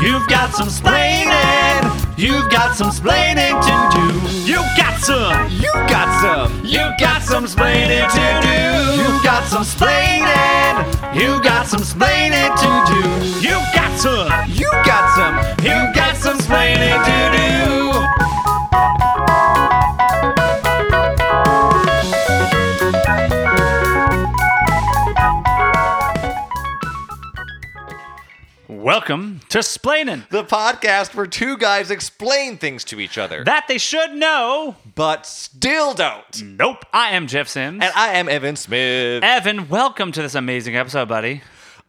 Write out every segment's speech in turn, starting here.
You've got some splaining. You've got some splaining to do. You got some. You got some. You got some splaining to do. You got some splaining. You got some splaining to do. You got some. You got some. You got some splaining to do. Welcome to Splainin'. The podcast where two guys explain things to each other, That they should know. but still don't. Nope. I am Jeff Sims. And I am Evan Smith. Evan, welcome to this amazing episode, buddy.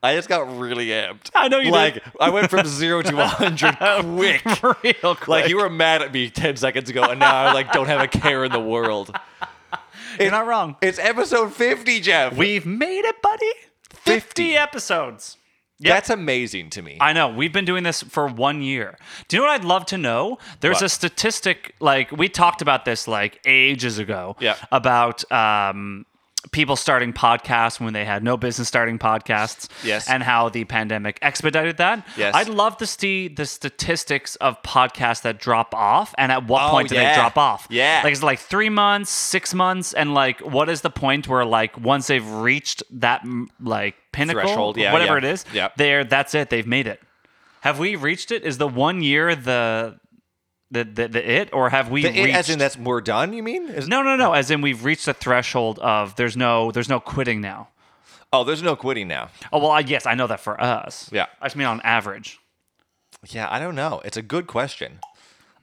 I just got really amped. I know you did. Like, I went from zero to 100 quick. Real quick. Like, you were mad at me 10 seconds ago, and now I, like, don't have a care in the world. You're not wrong. It's episode 50, Jeff. We've made it, buddy. 50, 50. episodes. That's amazing to me. I know. We've been doing this for one year. Do you know what I'd love to know? There's What? a statistic, like, we talked about this, like, ages ago Yeah. about um, people starting podcasts when they had no business starting podcasts. Yes. And how the pandemic expedited that. Yes. I'd love to see the statistics of podcasts that drop off and at what Oh, point do yeah. they drop off. Yeah. Like, is it like three months, six months? And, like, what is the point where, like, once they've reached that, m- like, pinnacle, Threshold, yeah, whatever yeah. it is, Yeah. there that's it they've made it have we reached it is the one year the the the, the it or have we The it, reached as in, that's we're done, you mean? Is- no no no as in we've reached the threshold of there's no there's no quitting now Oh, there's no quitting now. oh well I, yes i know that for us Yeah. i just mean on average Yeah, I don't know. It's a good question.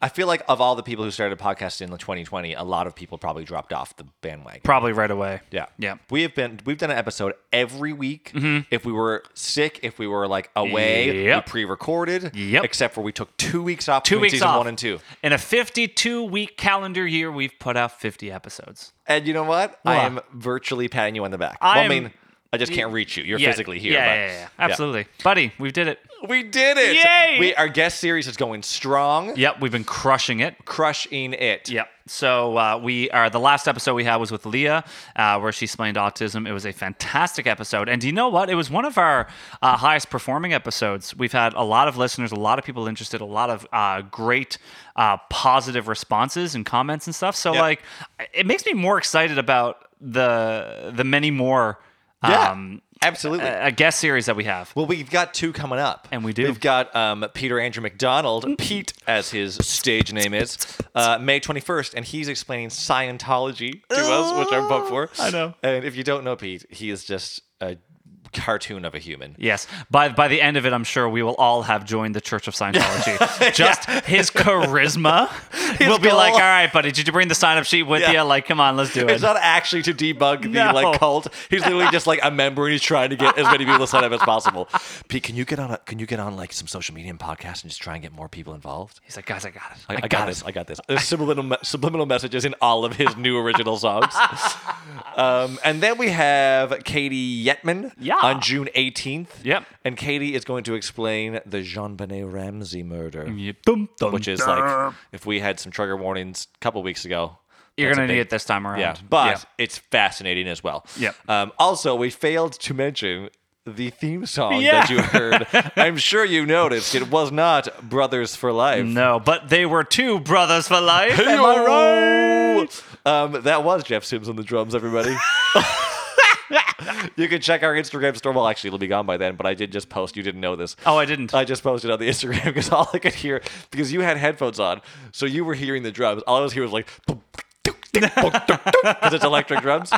I feel like of all the people who started podcasting in 2020, a lot of people probably dropped off the bandwagon. probably right away Yeah. yeah Mm-hmm. We have been we've done an episode every week. If we were sick, if we were like away, Yep. we pre-recorded. Yep. Except for we took two weeks off. two between weeks season off one and two. in a 52 week calendar year we've put out 50 episodes And you know what? I What? am virtually patting you on the back. I well, I am- mean, I just can't reach you. You're Yeah, physically here. yeah, but- yeah, yeah, yeah. absolutely buddy we did it We did it. Yay! We our guest series is going strong, yep we've been crushing it crushing it. Yep. So uh, we are the last episode we had was with Leah, uh, where she explained autism. It was a fantastic episode, and do you know what? It was one of our uh, highest performing episodes. We've had a lot of listeners, a lot of people interested, a lot of uh, great uh, positive responses and comments and stuff. So Yep. like, it makes me more excited about the the many more Yeah. um, absolutely. uh, guest series that we have. Well, we've got two coming up, And we do. We've got um, Peter Andrew McDonald, Pete as his stage name is, uh, May twenty first, and he's explaining Scientology to us, which I'm pumped for. Oh, I know. And if you don't know Pete, he is just a cartoon of a human. Yes. By by the end of it, I'm sure we will all have joined the Church of Scientology. Just his charisma will be like, goal. all right, buddy, did you bring the sign up sheet with Yeah. you? Like, come on, let's do it. It's not actually to debug the No. like cult. He's literally just like a member, and he's trying to get as many people to sign up as possible. Pete, can you get on? A, can you get on like some social media and podcast and just try and get more people involved? He's like, guys, I got it. I, I got, this. I got this. There's subliminal me- subliminal messages in all of his new original songs. um, and then we have Katie Yetman Yeah. on June 18th. Yep. And Katie is going to explain the Jean Benet Ramsey murder, Yeah, dum, dum, which is dum. like if we had some trigger warnings a couple weeks ago. you're that's a gonna need big- it this time around. Yeah, but it's fascinating as well. Yeah. Um, also, we failed to mention the theme song Yeah. that you heard. I'm sure you noticed it was not Brothers for Life. no, but they were two brothers for life. Am I right? Am I right? Um, that was Jeff Sims on the drums, everybody. you can check our Instagram store. Well, actually, it'll be gone by then, but I did just post. You didn't know this. Oh, I didn't. I just posted on the Instagram because all I could hear, because you had headphones on, so you were hearing the drums. All I was hearing was like, because it's electric drums.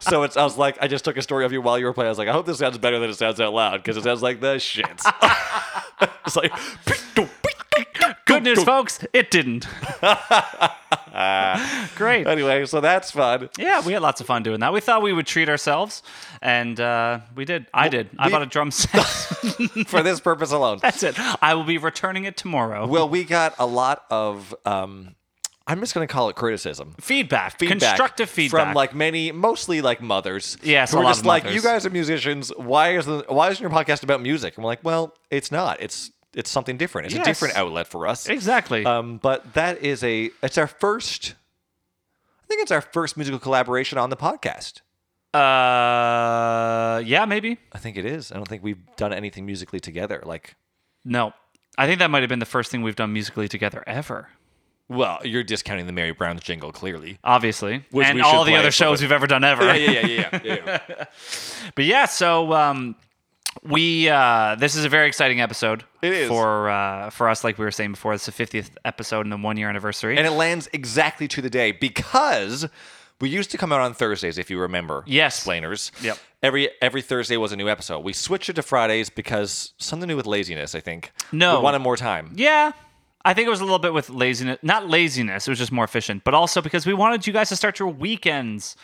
So it's, I was like, I just took a story of you while you were playing. I was like, I hope this sounds better than it sounds out loud because it sounds like the shits. it's like, Good news, folks. It didn't. Great. anyway, so that's fun. Yeah, we had lots of fun doing that. We thought we would treat ourselves, and uh, we did. I did. I we- bought a drum set. for this purpose alone. That's it. I will be returning it tomorrow. Well, we got a lot of um, I'm just going to call it criticism. Feedback. Feedback Constructive feedback. from like many, mostly like mothers. Yes, who a are lot just of like, mothers. you guys are musicians. Why is the why isn't your podcast about music? And we're like, well, it's not. It's it's something different. It's Yes. a different outlet for us. Exactly. Um, but that is a it's our first. I think it's our first musical collaboration on the podcast. Uh, yeah, maybe. I think it is. I don't think we've done anything musically together. Like, No, I think that might have been the first thing we've done musically together ever. well, you're discounting the Mary Brown's jingle clearly. Obviously, Which and we all should the play, other but- shows we've ever done ever. yeah, yeah, yeah. yeah. But yeah, so um, we uh, this is a very exciting episode. It is. for uh, for us, like we were saying before, it's the 50th episode and the one year anniversary. and it lands exactly to the day because we used to come out on Thursdays, if you remember. Yes. explainers. Yep. Every every Thursday was a new episode. We switched it to Fridays because something to do with laziness. I think. No. we wanted more time. yeah, I think it was a little bit with laziness, not laziness. It was just more efficient, but also because we wanted you guys to start your weekends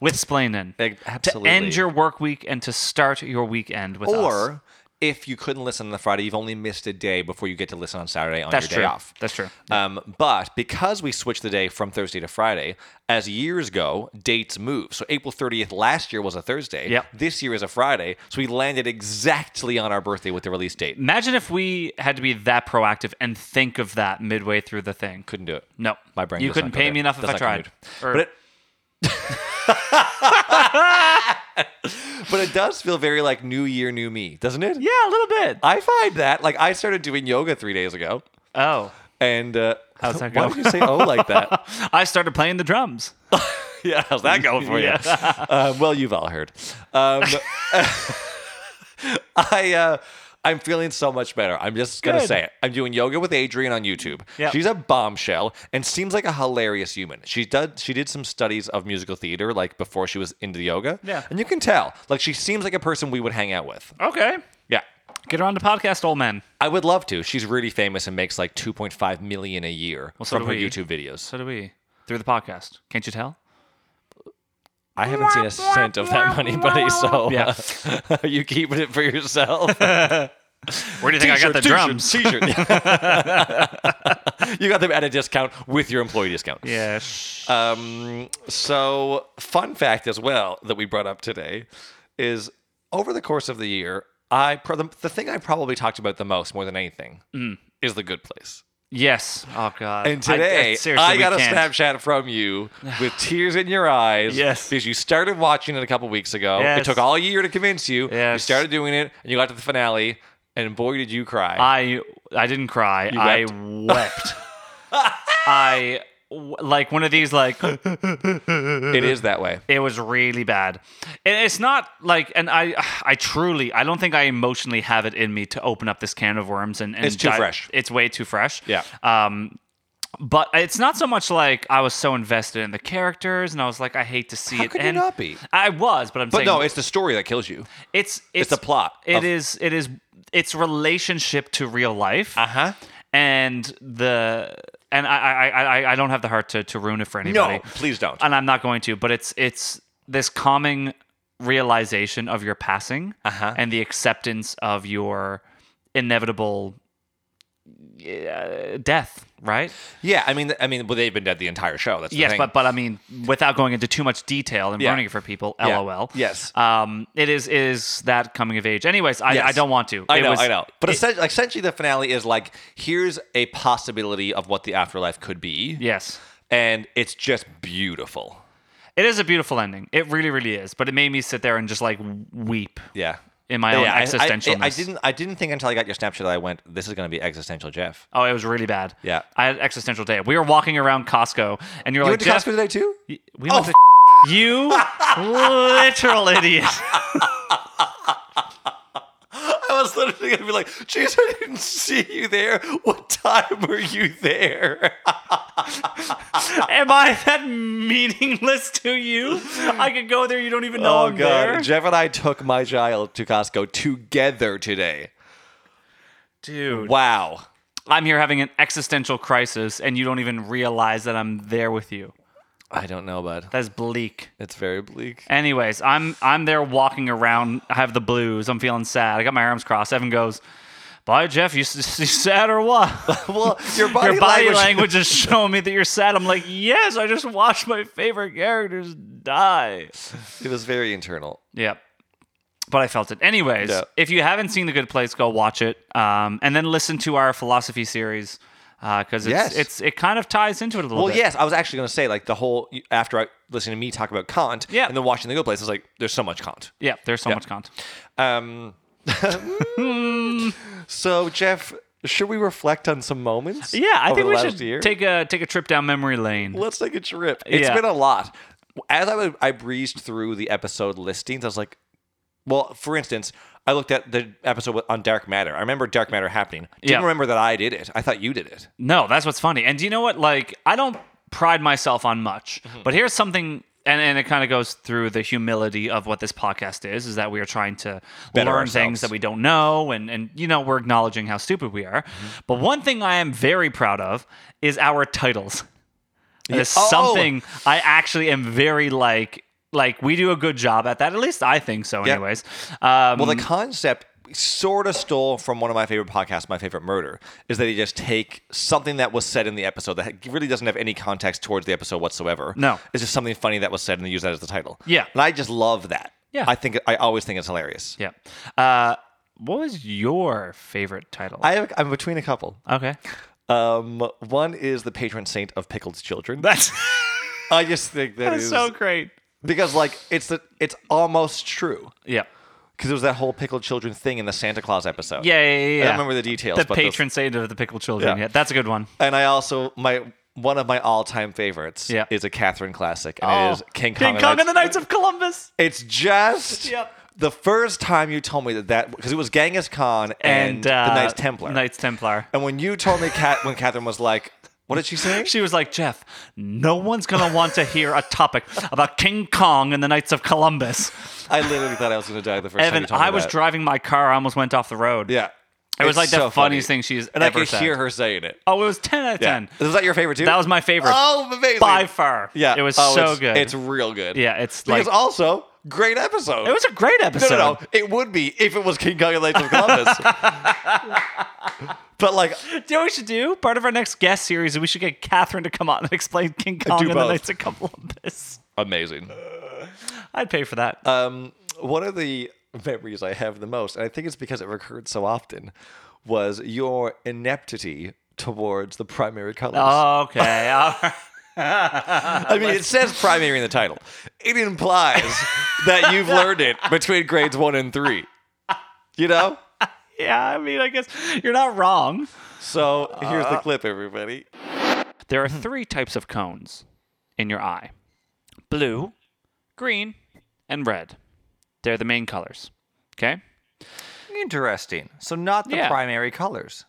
with splaining. Like, To Absolutely. end your work week and to start your weekend with us. or if you couldn't listen on the Friday, you've only missed a day before you get to listen on Saturday on That's your day true. off. That's true. Um, but because we switched the day from Thursday to Friday, as years go, dates move. So April 30th last year was a Thursday. Yep. This year is a Friday. So we landed exactly on our birthday with the release date. Imagine if we had to be that proactive and think of that midway through the thing. Couldn't do it. No, My brain. You does couldn't not go pay there. me enough if Does I not tried. compute. Or- But it. but it does feel very like new year, new me, doesn't it? yeah, a little bit. I find that like I started doing yoga three days ago, oh, and uh, How's that why go? did you say oh like that? I started playing the drums. yeah, how's that going for you? uh, well, you've all heard. Um, I. Uh, I'm feeling so much better. I'm just gonna Good. say it. I'm doing yoga with Adrian on YouTube. Yep. She's a bombshell and seems like a hilarious human. She did she did some studies of musical theater like before she was into yoga. Yeah. and you can tell like she seems like a person we would hang out with. Okay, Yeah, get her on the podcast, old man. I would love to. She's really famous and makes like 2.5 million a year so from do her we. YouTube videos. So do we through the podcast. Can't you tell? I haven't seen a cent of that money, buddy. So Yeah. are you keeping it for yourself? Where do you think I got the T-shirt, drums? T-shirt. t-shirt. you got them at a discount with your employee discount. Yes. Um, so, fun fact as well that we brought up today is over the course of the year, I pro- the, the thing I probably talked about the most more than anything Mm. is the good place. yes. Oh God. And today, I, got a snapshot. Snapchat from you with tears in your eyes. Yes. Because you started watching it a couple weeks ago. It Yes. took all year to convince you. You Yes. started doing it, and you got to the finale, and boy, did you cry. I I didn't cry. I wept? wept. I w- like one of these like it is that way. It was really bad. And it's not like, and I, I truly, I don't think I emotionally have it in me to open up this can of worms. And, and It's too fresh. It's way too fresh. Yeah. Um, but it's not so much like I was so invested in the characters, and I was like, I hate to see How it. could you end. not be? I was, but I'm But saying no, it's the story that kills you. it's it's the plot of- It is it is it's relationship to real life. Uh Uh-huh. And the and I I I- I I don't have the heart to to ruin it for anybody. please don't. And I'm not going to. But it's it's this calming realization of your passing Uh-huh. and the acceptance of your inevitable uh, death. Right. Yeah, I mean, I mean, well, they've been dead the entire show. That's the Yes, thing. but but I mean, without going into too much detail and Yeah. ruining it for people, Yeah. lol. Yes. um, it is it is that coming of age. Anyways, I, Yes. I don't want to. I It know, was- I know. But essentially, essentially, the finale is like, here's a possibility of what the afterlife could be, Yes, and it's just beautiful. it is a beautiful ending. It really, really is. But it made me sit there and just like weep Yeah. in my own yeah, I- I- existentialness. I, I didn't. I didn't think until I got your Snapchat that I went. This is going to be existential, Jeff. Oh, it was really bad. Yeah. I had existential day. We were walking around Costco, and you're like, You went to Jeff, Costco Oh, today too. we went to you literal idiot. I was literally going to be like, "Jeez, I didn't see you there. What time were you there?" Am I that meaningless to you? I could go there. You don't even know Oh I'm god, there, Jeff and I took my child to Costco together today. dude. Wow. I'm here having an existential crisis, and you don't even realize that I'm there with you. I don't know, bud. That's bleak. It's very bleak. Anyways, I'm I'm there walking around. I have the blues. I'm feeling sad. I got my arms crossed. Evan goes, Bye, Jeff. You, s- you sad or what? Well, your body, Your body language. language. is showing me that you're sad. I'm like, yes, I just watched my favorite characters die. It was very internal. Yep. But I felt it. Anyways, Yeah. if you haven't seen The Good Place, go watch it. Um, and then listen to our philosophy series because it's, Yes. it's it kind of ties into it a little Well, bit. yes, I was actually going to say like the whole after I listening to me talk about Kant, Yeah. and then watching The Good Place, I was like, there's so much Kant. Yeah, there's so much content. Um, so Jeff, should we reflect on some moments? Yeah, I over think the we last should year? take a take a trip down memory lane. Let's take a trip. It's Yeah. been a lot. As I was, I breezed through the episode listings. I was like, well, for instance, I looked at the episode on dark matter. I remember dark matter happening. Didn't Yeah. remember that I did it. I thought you did it. No, that's what's funny. And do you know what? Like, I don't pride myself on much, Mm-hmm. but here's something. And, and it kind of goes through the humility of what this podcast is is that we are trying to Better learn ourselves. things that we don't know and and you know we're acknowledging how stupid we are Mm-hmm. but one thing i am very proud of is our titles It's Oh. something i actually am very like like we do a good job at that at least i think so Yeah. anyways um, Well, the concept sort of stole from one of my favorite podcasts, My Favorite Murder, is that they just take something that was said in the episode that really doesn't have any context towards the episode whatsoever. No. It's just something funny that was said and they use that as the title. Yeah. And I just love that. Yeah. I think I always think it's hilarious. yeah uh, what was your favorite title I have, I'm between a couple. okay Um, one is the patron saint of pickled children. that's I just think that That's is so great. because like it's the it's almost true Yeah. because there was that whole pickled children thing in the Santa Claus episode. Yeah, yeah, yeah. I yeah. don't remember the details. The but those- patron saint of the pickled children. Yeah. Yeah. that's a good one. And I also my one of my all time favorites Yeah. Oh. is a Catherine classic, and it is King Kong. and and the Knights of Columbus. It's just Yep. the first time you told me that that because it was Genghis Khan and, And, uh, the Knights Templar. Knights Templar. and when you told me Cat when Catherine was like, what did she say? She was like, Jeff, no one's going to want to hear a topic about King Kong and the Knights of Columbus. I literally thought I was going to die the first time. Evan, you told me I was that. driving my car. I almost went off the road. Yeah. It was It's like the so funniest funny. thing she's And I ever could said. hear her saying it. Oh, it was 10 out of 10. Was that your favorite too? That was my favorite. Oh, amazing. By far. Yeah. It was Oh, so it's- good. It's real good. yeah, it's like. Because also, great episode. it was a great No, episode. no, no. It would be if it was King Kong and Knights of Columbus. but Do like, you know what we should do? Part of our next guest series is we should get Catherine to come on and explain King Kong do and the both. Knights of Columbus. amazing. I'd pay for that. Um, one of the memories I have the most, and I think it's because it recurred so often, was your ineptity towards the primary colors. Ah, okay. all right. I mean, it says primary in the title. It implies that you've learned it between grades one and three. You know? yeah, I mean, I guess you're not wrong. So here's Uh, the clip, everybody. There are three types of cones in your eye blue, green, and red. They're the main colors. Okay? Interesting. So not the Yeah. primary colors.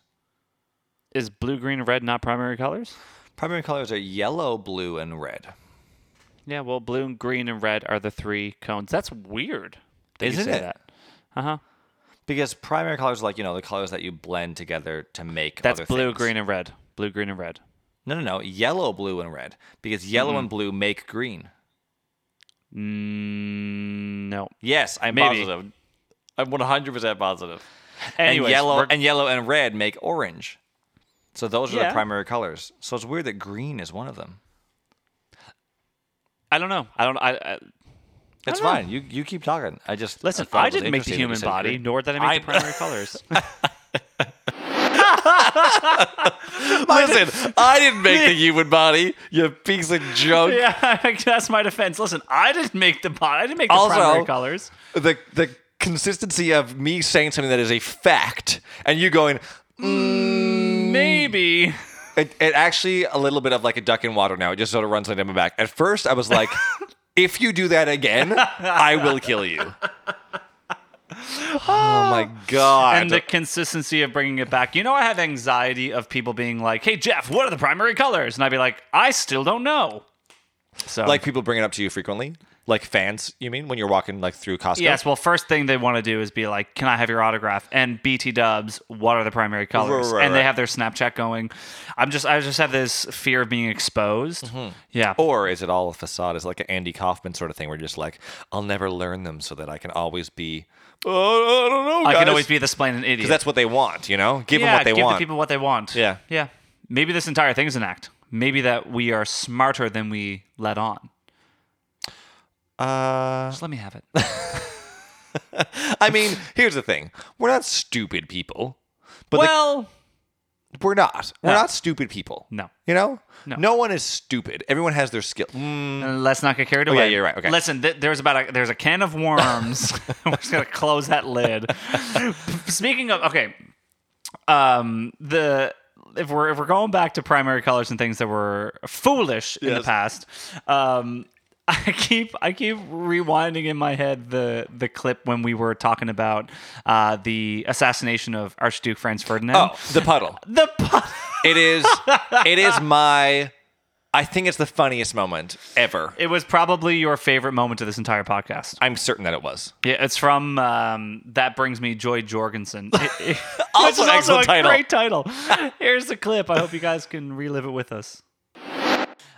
Is blue, green, and red not primary colors? Primary colors are yellow, blue, and red. Yeah, well, blue, green, and red are the three cones. That's weird. that you Isn't say it? That. Uh-huh. Because primary colors are like, you know, the colors that you blend together to make That's other blue, things. green, and red. Blue, green, and red. No, no, no. Yellow, blue, and red. Because yellow and blue make green. Mm, no. Yes, I'm Maybe. positive. I'm 100% positive. Anyways, and yellow we're- and yellow and red make orange. So those are Yeah. the primary colors. So it's weird that green is one of them. I don't know. I don't. I, I It's don't know. fine. You you keep talking. I just listen. thought it I was didn't make the interesting that you human said body, green. nor did I make the I- primary colors. Listen, I didn't make the human body. You piece of junk. yeah, that's my defense. Listen, I didn't make the bot. I didn't make the Also- primary colors. The the consistency of me saying something that is a fact and you going. Maybe. It, it actually a little bit of like a duck in water now. It just sort of runs into my back. At first, I was like, if you do that again, I will kill you. Oh my god! And the consistency of bringing it back. You know, I have anxiety of people being like, "Hey, Jeff, what are the primary colors?" And I'd be like, "I still don't know." So, like people bring it up to you frequently, like fans. You mean when you're walking like through Costco? yes. Well, first thing they want to do is be like, "Can I have your autograph?" And BT Dubs, what are the primary colors? right, and they right. have their Snapchat going. I'm just, I just have this fear of being exposed. Mm-hmm. Yeah. Or is it all a facade? Is it like an Andy Kaufman sort of thing, where you're just like, I'll never learn them so that I can always be "Oh, I don't know. I guys." can always be the splaining idiot. Because that's what they want, you know? Give yeah, them what they give the want. people what they want. Yeah. yeah. Maybe this entire thing is an act. Maybe that we are smarter than we let on. uh, Just let me have it. I mean, here's the thing we're not stupid people, but the- well, we're not. We're No. not stupid people. No. You know? No. one is stupid. Everyone has their skill. Mm, Uh, Let's not get carried away. yeah, you're right. Okay. Listen, th- there's about a, there's a can of worms. We're just gonna close that lid. Speaking of okay, um, the if we're if we're going back to primary colors and things that were foolish in the Yes. past, um, I keep I keep rewinding in my head the the clip when we were talking about uh, the assassination of Archduke Franz Ferdinand. Oh, the puddle. The pu- It is. It is my. I think it's the funniest moment ever. it was probably your favorite moment of this entire podcast. I'm certain that it was. Yeah, it's from um, that brings me Joy Jorgensen. It- it- which is Also an also a excellent title. great title. Here's the clip. I hope you guys can relive it with us.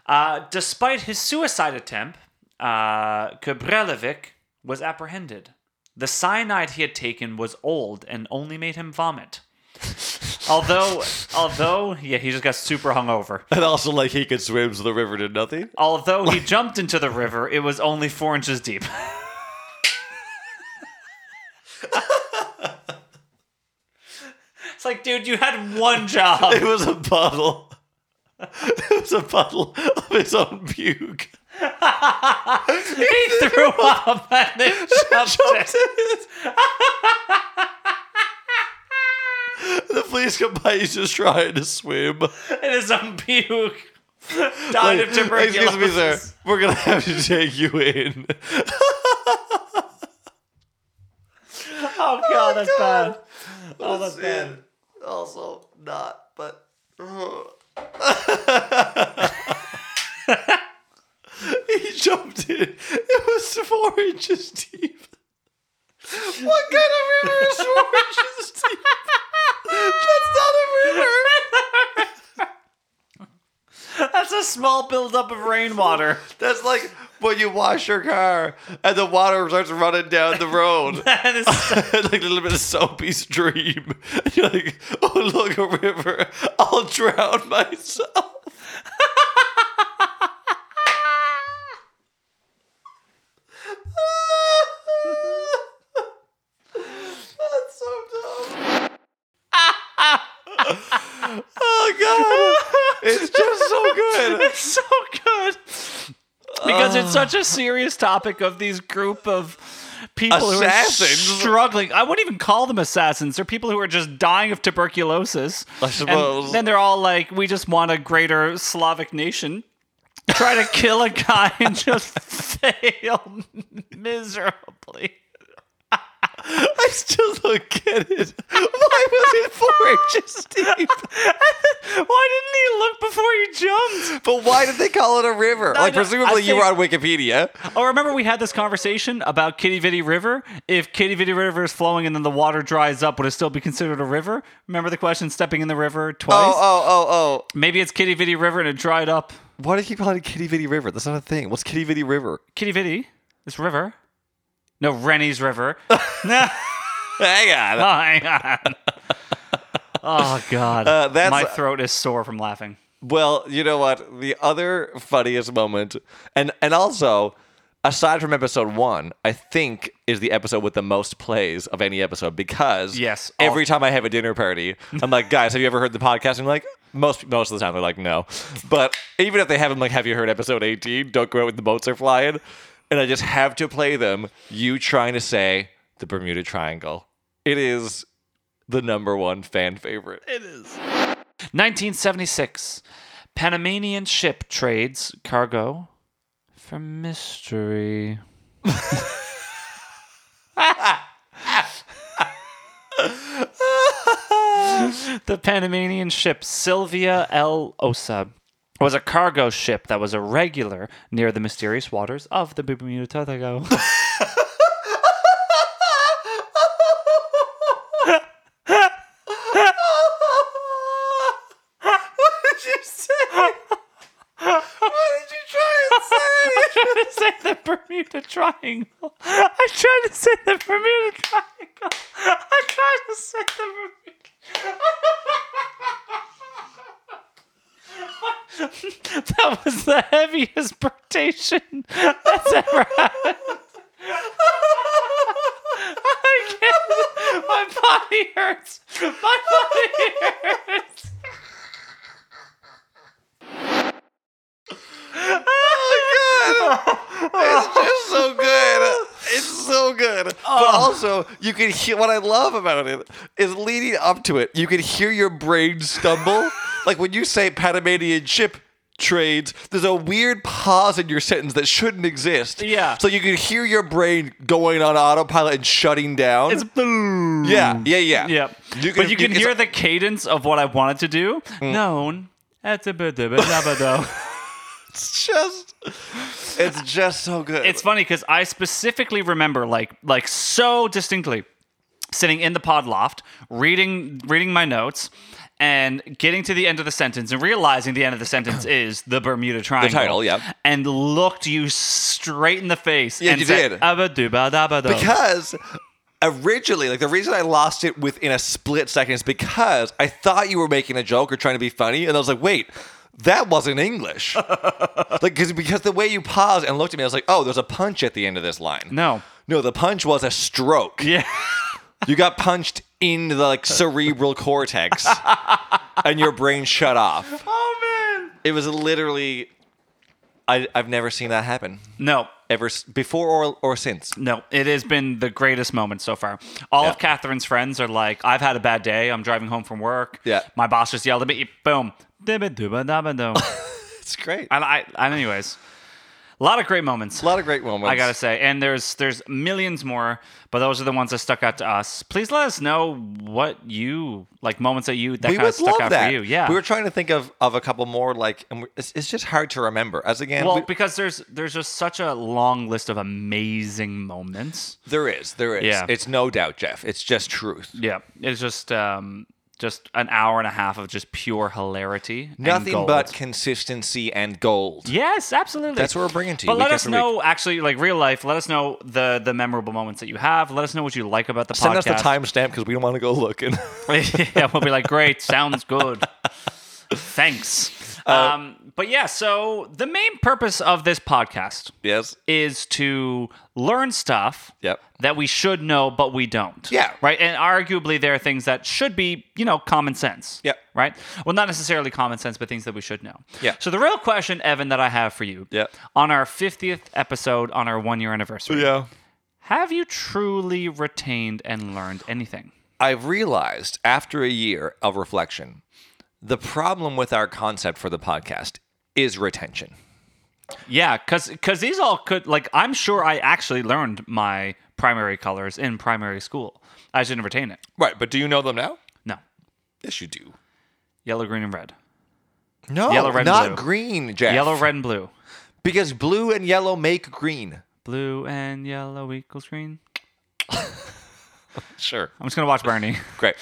Uh, despite his suicide attempt, uh, Kobrelevic was apprehended. The cyanide he had taken was old and only made him vomit. although, although, yeah, he just got super hungover. And also, like he could swim to the river to nothing. Although he jumped into the river, it was only four inches deep. it's like, dude, you had one job. It was a puddle. It was a puddle of his own puke. he threw up and then jumped in. The police come by. He's just trying to swim. It is some puke. Died of tuberculosis. Excuse me, sir. We're gonna have to take you in. Oh, God, that's bad. Oh, that's bad. And also not, but uh. he jumped in. It was four inches deep. What kind of river is four inches deep? That's not a river. That's a small buildup of rainwater. That's like when you wash your car and the water starts running down the road. That is like a little bit of soapy stream. You're like, oh look, a river. I'll drown myself. That's so dumb. oh god, it's just so good. It's so good because it's such a serious topic of these group of people Assassins. who are struggling. I wouldn't even call them assassins. They're people who are just dying of tuberculosis. I And suppose. then they're all like, "We just want a greater Slavic nation." Try to kill a guy and just fail miserably. I still don't get it. Why was it four inches deep? Why didn't he look before he jumped? But why did they call it a river? like know. presumably I you were on Wikipedia. Oh, remember we had this conversation about Kitty Vitty River? If Kitty Vitty River is flowing and then the water dries up, would it still be considered a river? Remember the question stepping in the river Oh, twice? oh, oh, oh. Maybe it's Kitty Vitty River and it dried up. Why do you keep calling it Kitty Vitty River? That's not a thing. What's Kitty Vitty River? Kitty Vitty, this river. No, Rennie's River. Hang on. Oh, hang on. Oh, God. Uh, that's- My throat is sore from laughing. Well, you know what? The other funniest moment, and and also, aside from episode one, I think is the episode with the most plays of any episode because Yes, all- every time I have a dinner party, I'm like, guys, have you ever heard the podcast? And like most most of the time, they're like, no, but even if they haven't, like, have you heard episode 18? Don't go out when the boats are flying, and I just have to play them. You trying to say the Bermuda Triangle? It is the number one fan favorite. 1976. Panamanian ship trades cargo for mystery. the Panamanian ship Sylvia L. Osa was a cargo ship that was a regular near the mysterious waters of the Bermuda Triangle. What did you say? What did you try and say? I tried to say the Bermuda Triangle. I tried to say the Bermuda Triangle. That was the heaviest birtation that's ever happened. I can't. My body hurts. My body hurts. Oh, It's just so good. It's so good. Oh. But also, you can hear what I love about it is leading up to it. You can hear your brain stumble. like when you say Panamanian ship trades, there's a weird pause in your sentence that shouldn't exist. Yeah. So you can hear your brain going on autopilot and shutting down. It's blue. yeah, yeah, yeah. Yep. You can, but you can it's- Hmm. hear the cadence of what I wanted to do. Known. That's a bit of a dabba-do. It's just, it's just so good. it's funny because I specifically remember like like so distinctly sitting in the pod loft reading reading my notes and getting to the end of the sentence and realizing the end of the sentence is the Bermuda Triangle. title, yep. And looked you straight in the face. Yeah, and you said, did. "Abba-dubba-dabba-do." because originally like the reason i lost it within a split second is because i thought you were making a joke or trying to be funny and i was like wait that wasn't english like cause, because the way you paused and looked at me i was like oh there's a punch at the end of this line no. no the punch was a stroke Yeah. you got punched in the like cerebral cortex and your brain shut off Oh man. it was literally I, i've never seen that happen No. ever s- before or, or since No, it has been the greatest moment so far. All of Yeah. Catherine's friends are like, I've had a bad day. I'm driving home from work. Yeah. My boss just yelled at me. Boom. Dibba-dubba-dabba-dum. it's great and I, and anyways, a lot of great moments. a lot of great moments I gotta say, and there's there's millions more, but those are the ones that stuck out to us. Please let us know what you like moments that you that we kind of would stuck love out that. for you. Yeah, we were trying to think of of a couple more like, and we- it's, it's just hard to remember. As again, well we- because there's there's just such a long list of amazing moments. there is, there is. Yeah. It's no doubt, Jeff. It's just truth. Yeah, it's just um just an hour and a half of just pure hilarity. and Nothing gold. but consistency and gold. Yes, absolutely. That's what we're bringing to you. But let week us after week. know, actually, like real life. Let us know the the memorable moments that you have. Let us know what you like about the Send podcast. us the timestamp because we don't want to go looking. yeah, we'll be like, great, sounds good. Thanks. Uh, um, but yeah, so the main purpose of this podcast yes. is to learn stuff Yep. that we should know, but we don't. Yeah. Right. And arguably, there are things that should be, you know, common sense. Yeah. Right. Well, not necessarily common sense, but things that we should know. Yeah. So the real question, Evan, that I have for you. Yeah. On our 50th episode, on our one year anniversary, Yeah. have you truly retained and learned anything? I've realized after a year of reflection, the problem with our concept for the podcast is retention. Yeah, because these all could like I'm sure I actually learned my primary colors in primary school. I just didn't retain it. Right, but do you know them now? No, Yes, you do. yellow, green, and red. No, Yellow, red, and not blue. green, Jeff. Yellow, red, and blue. Because blue and yellow make green. Blue and yellow equals green. Sure. I'm just gonna watch Bernie. Great.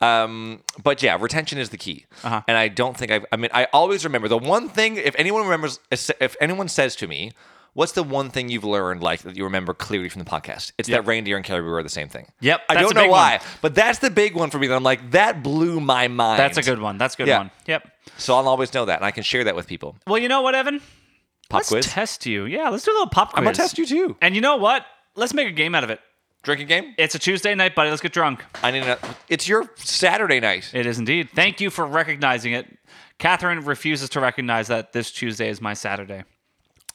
Um, but yeah, retention is the key. Uh-huh. And I don't think I've, I mean, I always remember the one thing, if anyone remembers, if anyone says to me, what's the one thing you've learned, like that you remember clearly from the podcast? It's that reindeer and caribou are the same thing. Yep, I that's don't a know big why, one. but that's the big one for me that I'm like, that blew my mind. That's a good one. That's a good Yeah. one. Yep. So I'll always know that. And I can share that with people. Well, you know what, Evan? Pop let's quiz. test you. Yeah, let's do a little pop quiz. I'm going to test you too. And you know what? Let's make a game out of it. Drinking game? It's a Tuesday night, buddy. Let's get drunk. I need a, it's your Saturday night. It is indeed. Thank you for recognizing it. Catherine refuses to recognize that this Tuesday is my Saturday.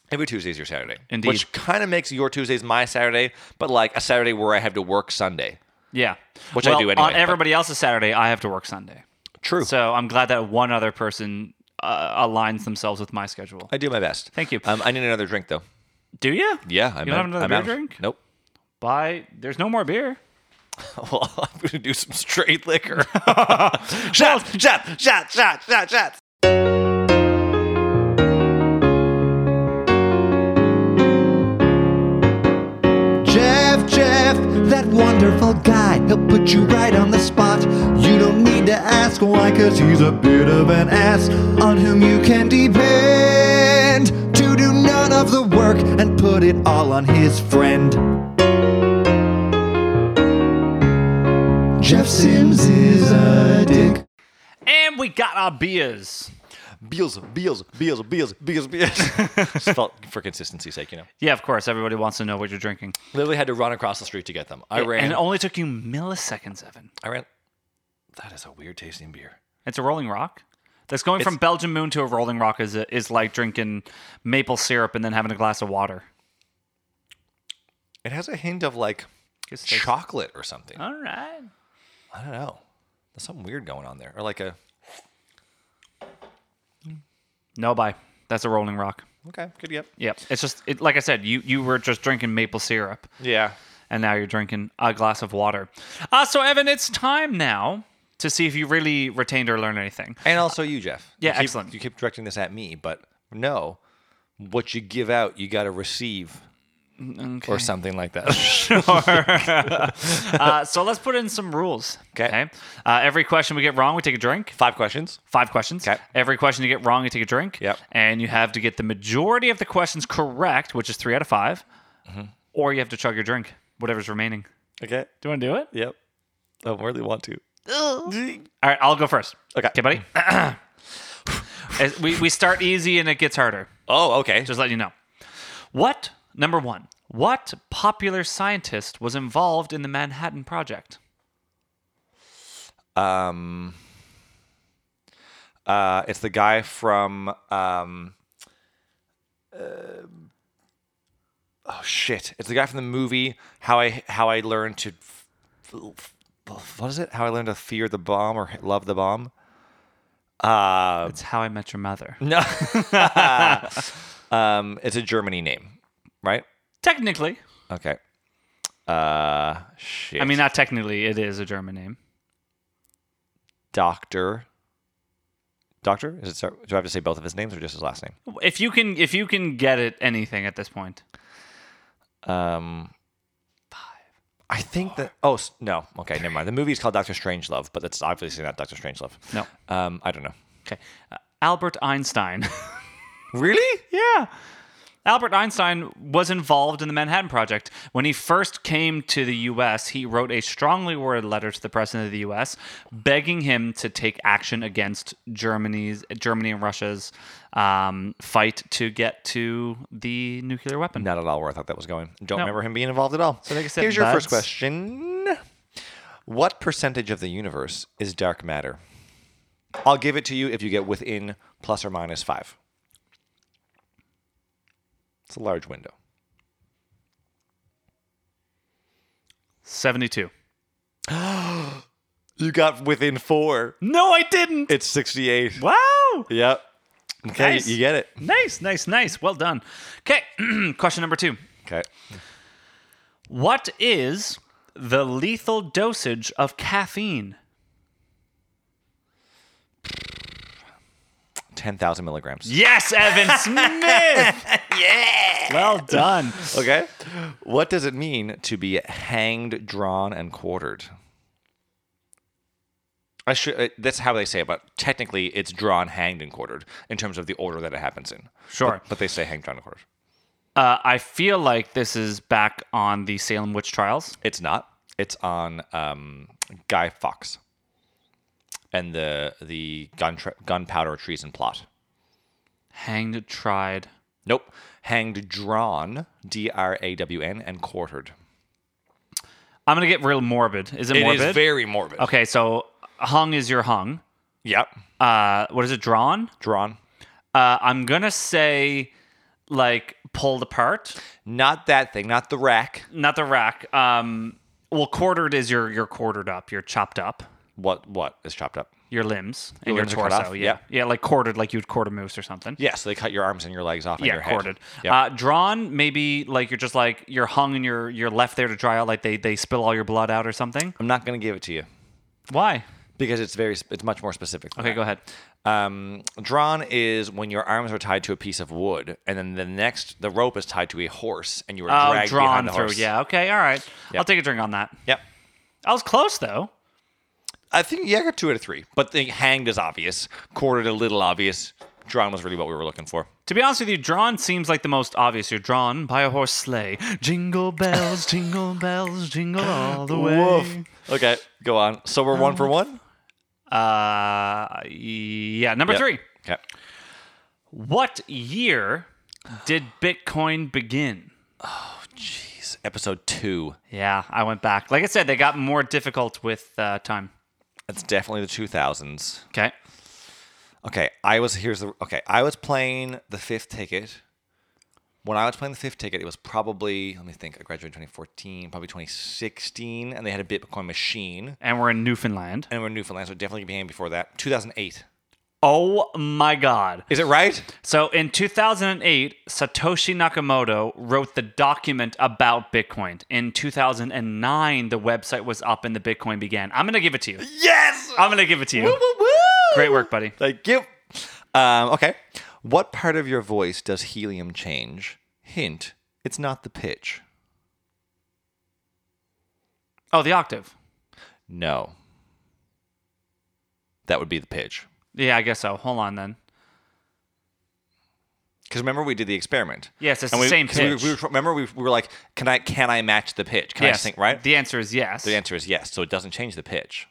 Every Tuesday is your Saturday. Indeed. Which kind of makes your Tuesdays my Saturday, but like a Saturday where I have to work Sunday. Yeah. Which I Well, do anyway, On but- everybody else's Saturday, I have to work Sunday. True. So I'm glad that one other person uh, aligns themselves with my schedule. I do my best. Thank you. Um, I need another drink though. do you? Yeah, I'm you don't out- have another I'm beer out. drink? Nope. Bye. There's no more beer. Well, I'm gonna do some straight liquor. shots, shots, shots, shots, shots, shots. Jeff, Jeff, that wonderful guy, he'll put you right on the spot. You don't need to ask why, cause he's a bit of an ass on whom you can depend to do none of the work and put it all on his friend. Jeff Sims is a dick. And we got our beers. Beals, Beals, Beals, Beals, Beals, Beals. Just felt for consistency's sake, you know. Yeah, of course. Everybody wants to know what you're drinking. Literally had to run across the street to get them. I And ran. it only took you milliseconds, Evan. I ran. That is a weird tasting beer. It's a rolling rock. That's going from Belgian Moon to a rolling rock is is like drinking maple syrup and then having a glass of water. It has a hint of like Just tastes- chocolate or something. All right. I don't know. There's something weird going on there, or like a No bye. That's a rolling rock. okay, good yep. Yep. It's just it, like I said. You you were just drinking maple syrup. Yeah. and now you're drinking a glass of water. Uh, so, Evan, it's time now to see if you really retained or learned anything. And also you, Jeff. You yeah, keep- excellent. You keep directing this at me, but no, what you give out, you got to receive, or something like that. Uh, so, let's put in some rules. 'Kay. Uh, every question we get wrong, we take a drink. Five questions. Five questions. 'Kay. Every question you get wrong, you take a drink. Yep. And you have to get the majority of the questions correct, which is three out of 5 or you have to chug your drink, whatever's remaining. Okay. Do you want to do it? Yep. I don't really want to. All right, I'll go first. Okay. Okay, buddy. As- we, we start easy and it gets harder. Oh, okay. Just let you know. What, number one, what popular scientist was involved in the Manhattan Project? um, uh, it's the guy from um, uh, oh shit, it's the guy from the movie How I How I Learned to F- F- F- what is it? How I Learned to Fear the Bomb or Love the Bomb? Uh, It's How I Met Your Mother. no, um, it's a Germany name, right? Technically. Okay. Uh, shit. I mean, not technically, it is a German name. Doctor. Doctor? Is it? Do I have to say both of his names or just his last name? If you can if you can get it anything at this point. Um, five. I think that. Oh s- no. Okay, never mind. The movie's called Doctor Strangelove, but that's obviously not Doctor Strangelove. No. Um, I don't know. Okay. Uh, Albert Einstein. Really? yeah. Albert Einstein was involved in the Manhattan Project. When he first came to the US, he wrote a strongly worded letter to the president of the US begging him to take action against Germany's Germany and Russia's um, fight to get to the nuclear weapon. Not at all where I thought that was going. Don't No. remember him being involved at all. So like I said, here's your first that's- question. What percentage of the universe is dark matter? I'll give it to you if you get within plus or minus five. It's a large window. 72. You got within four. No, I didn't. It's 68. Wow. Yep. Okay, Nice. you get it. Nice, nice, nice. Well done. Okay, question number 2. Okay. What is the lethal dosage of caffeine? 10,000 milligrams. Yes, Evan Smith. yeah. Well done. Okay. What does it mean to be hanged, drawn, and quartered? I should. Uh, that's how they say it, but technically, it's drawn, hanged, and quartered in terms of the order that it happens in. Sure. But, but they say hanged, drawn, and quartered. Uh, I feel like this is back on the Salem witch trials. It's not. It's on um, Guy Fox and the the gun tra- gunpowder treason plot. Hanged, tried. Nope. Hanged, drawn, D R A W N, and quartered. I'm gonna get real morbid. Is it, It is morbid? very morbid. okay, so hung is your hung. Yep. Uh, what is it? Drawn. Drawn. Uh, I'm gonna say like pulled apart, Not that thing. Not the rack. not the rack. Um, well, quartered is your you're quartered up. You're chopped up. What what is chopped up? Your limbs and your, limbs are cut torso. off, Yeah. yeah. yeah, like quartered, like you'd quarter moose or something. Yes, they cut your arms and your legs off. and yeah, your head. corded. Yep. Uh, drawn, maybe like you're just like you're hung and you're you're left there to dry out, like they they spill all your blood out or something. I'm not going to give it to you Why? because it's very sp- it's much more specific. than Okay, that. go ahead. Um, drawn is when your arms are tied to a piece of wood, and then the next the rope is tied to a horse, and you are Oh, dragged drawn behind the through. horse. Yeah. Okay. All right. I'll Yep. take a drink on that. Yep. I was close though. I think yeah, I got two out of three, but the hanged is obvious, quartered a little obvious. Drawn was really what we were looking for. To be honest with you, drawn seems like the most obvious. You're drawn by a horse sleigh. Jingle bells, jingle bells, jingle all the way. Um, Okay, go on. So we're one for one. Uh, yeah. Number Yep. three. Okay. What year did Bitcoin begin? Jeez. Episode two. Yeah, I went back. Like I said, they got more difficult with uh, time. That's definitely the 2000s. Okay. Okay, I was here's the okay. I was playing the fifth ticket. When I was playing the fifth ticket, it was probably let me think. I graduated 2014, probably 2016, and they had a Bitcoin machine, And we're in Newfoundland. and we're in Newfoundland, so it definitely began before that. 2008, Oh my God. is it right? So in 2008, Satoshi Nakamoto wrote the document about Bitcoin. In 2009, the website was up and the Bitcoin began. I'm going to give it to you. Yes. I'm going to give it to you. Great work, buddy. Oh. Thank you. Um, okay, what part of your voice does helium change? Hint: It's not the pitch. Oh, the octave. No. That would be the pitch. Yeah, I guess so. Hold on then. Because remember we did the experiment. Yes, it's And the we, same 'cause we- pitch. We, were- remember we, we were like, can I can I match the pitch? Can I yes. sing right? The, The answer is yes. The, answer is yes. So it doesn't change the pitch.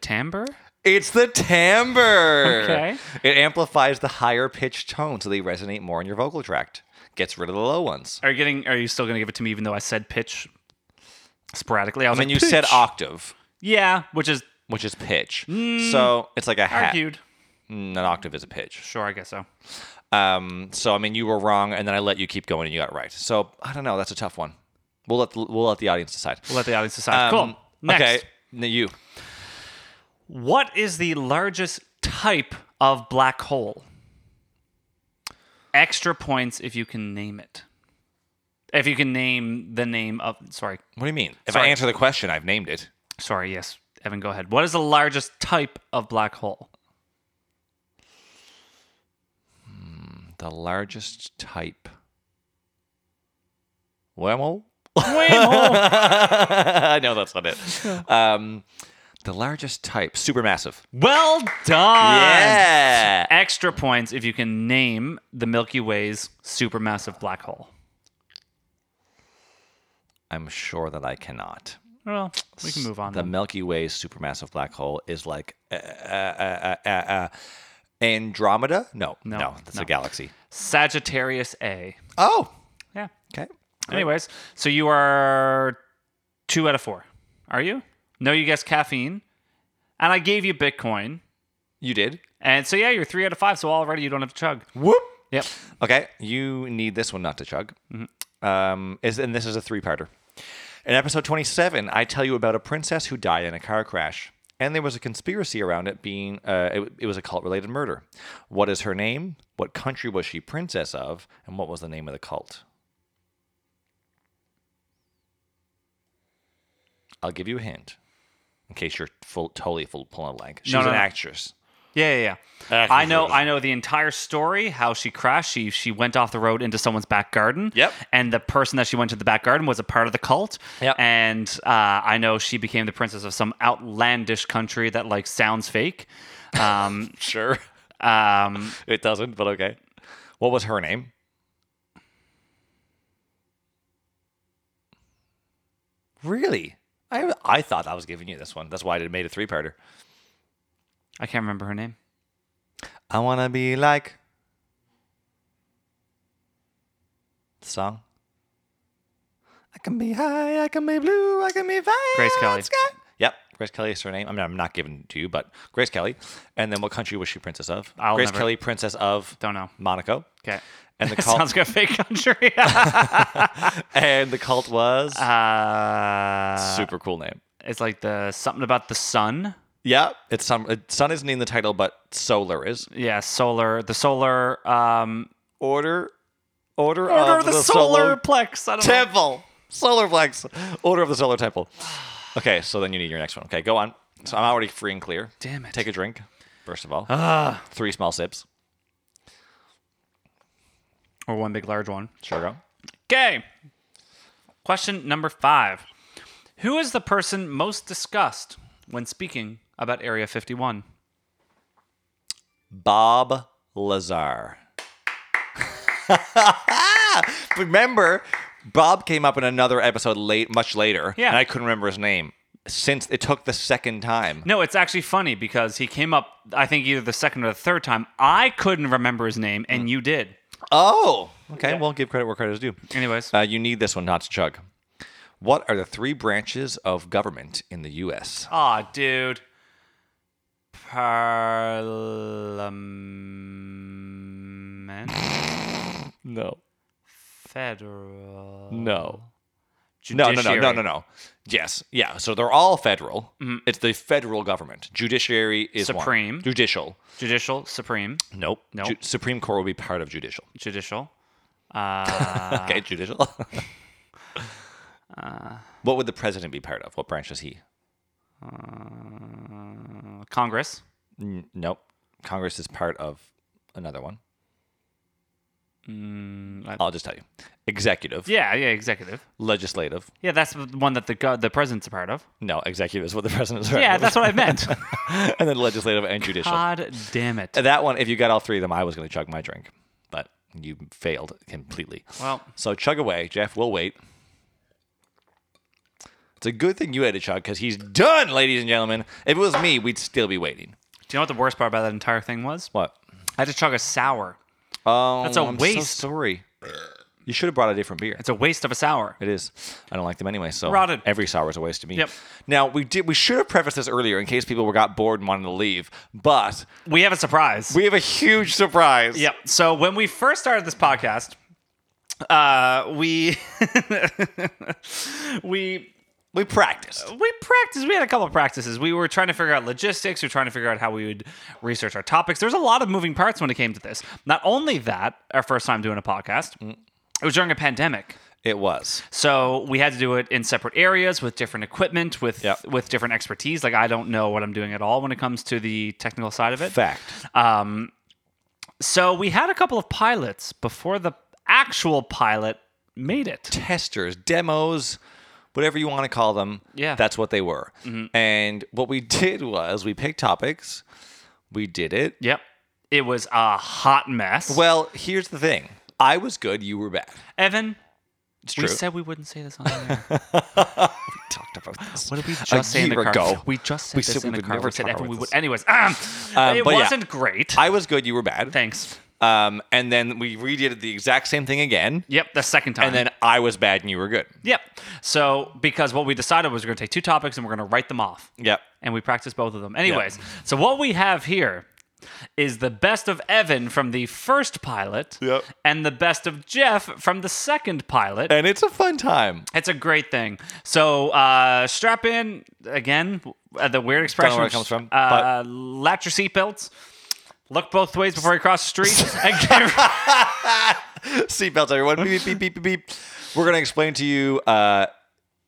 timbre? It's the timbre. Okay. It amplifies the higher pitched tone so they resonate more in your vocal tract. Gets rid of the low ones. Are you getting are you still going to give it to me even though I said pitch sporadically? I was And then you like, said "Pitch." octave, Yeah, which is which is pitch. Mm. so it's like a hat. argued. Mm, An octave is a pitch. Sure, I guess so. Um, so I mean, you were wrong, and then I let you keep going, and you got right. So I don't know. That's a tough one. We'll let the, we'll let the audience decide. We'll let the audience decide. Um, cool. Next. Okay. Now you. What is the largest type of black hole? Extra points if you can name it. If you can name the name of sorry, What do you mean? If I Sorry. answer the question, I've named it. sorry, yes, Evan, go ahead. What is the largest type of black hole? The largest type. Wormhole? Waymo. I know that's not it. Um, the largest type. Supermassive. well done. Yeah. Extra points if you can name the Milky Way's supermassive black hole. I'm sure that I cannot. Well, we can move on. The then. Milky Way's supermassive black hole is like uh, uh, uh, uh, uh, Andromeda? No, no, that's a no. galaxy. Sagittarius A. Oh, Yeah. okay. Anyways, so you are two out of four. Are you? No, you guessed caffeine. And I gave you Bitcoin. You did. And so, yeah, you're three out of five. So already you don't have to chug. Whoop. Yep. Mm-hmm. Okay, you need this one not to chug. Um, is and this is a three-parter. In episode 27, I tell you about a princess who died in a car crash, and there was a conspiracy around it being uh, it, it was a cult-related murder. What is her name? What country was she princess of? And what was the name of the cult? I'll give you a hint, in case you're full, totally full pulling a blank. She No, was no, an no. actress. Yeah, yeah, yeah. I know, I know the entire story. How she crashed. She she went off the road into someone's back garden. Yep. And the person that she went to the back garden was a part of the cult. Yep. And uh, I know she became the princess of some outlandish country that like sounds fake. Um, Sure, um, it doesn't, but okay. What was her name? Really? I I thought I was giving you this one. That's why I did made a three parter. I can't remember her name. I wanna be like the song. I can be high, I can be blue, I can be fire. Grace Kelly. sky- Yep, Grace Kelly is her name. I mean, I'm not giving it to you, but Grace Kelly. And then what country was she princess of? I'll Grace never- Kelly, princess of Don't know. Monaco. Okay. And the cult, Sounds like a fake country. and the cult was uh, super cool name. it's like the something about the sun. Yeah, it's sun. uh, Sun isn't in the title, but solar is. Yeah, solar. The solar. Um, Order, order, order of, of the, solar solar, plex. I don't know. temple. Solar flex. Order of the solar temple. Okay, so then you need your next one. Okay, go on. So I'm already free and clear. Damn it. Take a drink, first of all. Three small sips. Or one big large one. Sure go. Okay. Question number five. Who is the person most discussed when speaking about Area 51? Bob Lazar. Remember, Bob came up in another episode late, much later, Yeah. and I couldn't remember his name. since it took the second time. No, it's actually funny because he came up, I think, either the second or the third time. I couldn't remember his name, Mm. and you did. Oh, okay. Well, give credit where credit is due. Anyways, Uh, you need this one not to chug. What are the three branches of government in the U.S.? aw, dude. Parliament? No. Federal. No. No, Judiciary. no, no, no, no, no. Yes, yeah. So they're all federal. It's the federal government. Judiciary is one. Supreme. Judicial. Judicial, Supreme, Nope. No. Ju- Supreme Court will be part of judicial. Judicial. Uh, okay, judicial. what would the president be part of? What branch is he? Congress. N- nope. Congress is part of another one. Mm, I- I'll just tell you. Executive. Yeah, yeah, executive. Legislative. Yeah, that's the one that the go- the president's a part of. No, executive is what the president is. right Yeah, with. that's what I Uh, meant. and then legislative and judicial. God damn it. That one, if you got all three of them, I was going to chug my drink, but you failed completely. Well, So chug away, Jeff. We'll wait. It's a good thing you had to chug because he's done, ladies and gentlemen. If it was me, we'd still be waiting. do you know what the worst part about that entire thing was? What? I had to chug a sour. Oh, That's a I'm waste. So sorry. You should have brought a different beer. It's a waste of a sour. It is. I don't like them anyway. So Rotted. every sour is a waste to me. Yep. Now we did. We should have prefaced this earlier in case people were got bored and wanted to leave. But We have a surprise. we have a huge surprise. yep. So when we first started this podcast, uh, we we We practiced. we practiced. We had a couple of practices. We were trying to figure out logistics. We were trying to figure out how we would research our topics. There's a lot of moving parts when it came to this. Not only that, our first time doing a podcast, it was during a pandemic. It was. So we had to do it in separate areas with different equipment, with Yep. with different expertise. Like I don't know what I'm doing at all when it comes to the technical side of it. Fact. Um, so we had a couple of pilots before the actual pilot made it. testers, demos, whatever you want to call them. Yeah. Mm-hmm. That's what they were. And what we did was we picked topics, we did it. Yep, it was a hot mess. Well, here's the thing I was good, you were bad. Evan, It's we true. said we wouldn't say this on the air. talked about this. What did we just say in the year car? ago. We just said We this said we in the would car. never We said talk Evan, about we would. this. Anyways, Um, it but yeah. wasn't great. I was good, you were bad. Thanks. Um, and then we redid the exact same thing again. Yep, the second time. And then I was bad and you were good. Yep. So because what we decided was we're going to take two topics and we're going to write them off. Yep. And we practiced both of them. Anyways, so what we have here is the best of Evan from the first pilot Yep. and the best of Jeff from the second pilot. And it's a fun time. it's a great thing. So uh, strap in again. Uh, the weird expression where it comes from, Uh, latch your seatbelts. Look both ways before you cross the street. and get- Seatbelts, everyone. Beep, beep, beep, beep, beep. We're going to explain to you uh,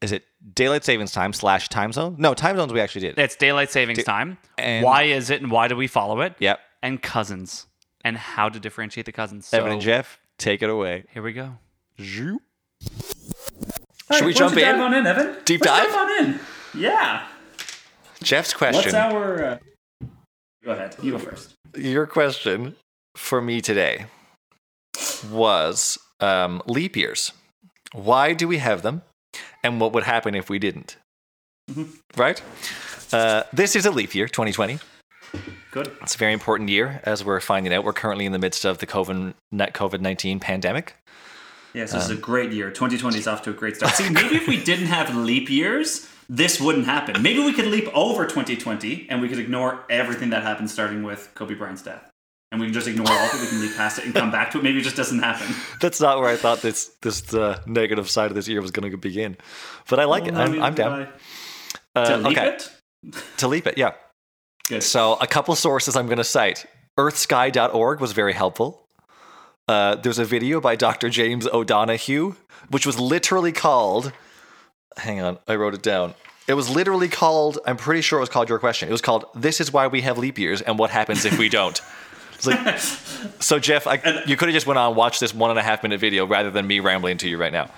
is it daylight savings time slash time zone? No, time zones we actually did. it's daylight savings time. and- why is it and why do we follow it? Yep. and cousins and how to differentiate the cousins. So, Evan and Jeff, take it away. Here we go. Should we jump in? in, Evan. Deep dive? on in. Yeah. Jeff's question. our? Uh... Go ahead. You go first. Your question for me today was um, leap years. Why do we have them? And what would happen if we didn't? Mm-hmm. Right? Uh, this is a leap year, 2020. Good. It's a very important year, as we're finding out. We're currently in the midst of the COVID COVID nineteen pandemic. Yes, this is a great year. 2020 is off to a great start. See, maybe if we didn't have leap years, this wouldn't happen. Maybe we could leap over 2020 and we could ignore everything that happened, starting with Kobe Bryant's death. And we can just ignore all of it. We can leap past it and come back to it. Maybe it just doesn't happen. That's not where I thought this this uh, negative side of this year was going to begin, but I like it. I'm, I'm down. To Uh, leap okay, it? to leap it. Yeah. Good. So a couple sources I'm going to cite. Earthsky.org was very helpful. Uh, there's a video by Dr. James O'Donohue, which was literally called. Hang on, I wrote it down. It was literally called. I'm pretty sure it was called your question. It was called "This is why we have leap years and what happens if we don't." It's like, so Jeff, I, you could have just went on and watched this one and a half minute video rather than me rambling to you right now.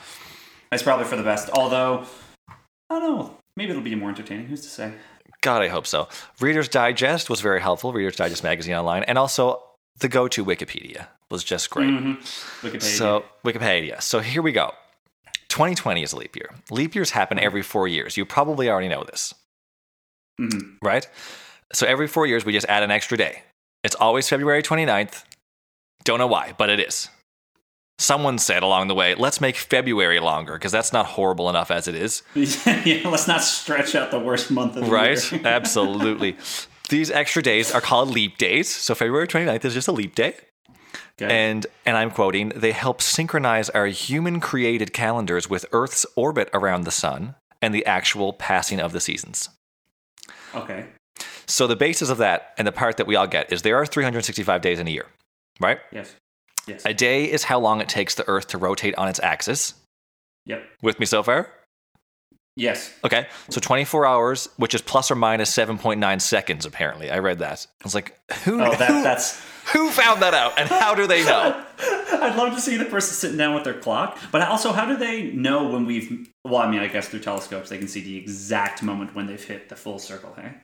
It's probably for the best. Although, I don't know. Maybe it'll be more entertaining. Who's to say? God, I hope so. Reader's Digest was very helpful. Reader's Digest magazine online, and also the go-to Wikipedia was just great. Mm, Wikipedia. So Wikipedia. So here we go. 2020 is a leap year. Leap years happen every four years. You probably already know this, Mm-hmm. right? So every four years, we just add an extra day. It's always February 29th. Don't know why, but it is. Someone said along the way, let's make February longer because that's not horrible enough as it is. yeah, let's not stretch out the worst month of the Right? year. Absolutely. These extra days are called leap days. So February 29th is just a leap day. Okay. And and I'm quoting, they help synchronize our human created calendars with Earth's orbit around the sun and the actual passing of the seasons. okay. So the basis of that and the part that we all get is there are 365 days in a year, right? Yes. Yes. A day is how long it takes the Earth to rotate on its axis. yep. With me so far? Yes. Okay. So 24 hours, which is plus or minus 7.9 seconds, apparently. I read that. I was like, who, Oh, who- that, that's. who found that out and how do they know? I'd love to see the person sitting down with their clock, but also, how do they know when we've? Well, I mean, I guess through telescopes they can see the exact moment when they've hit the full circle, hey?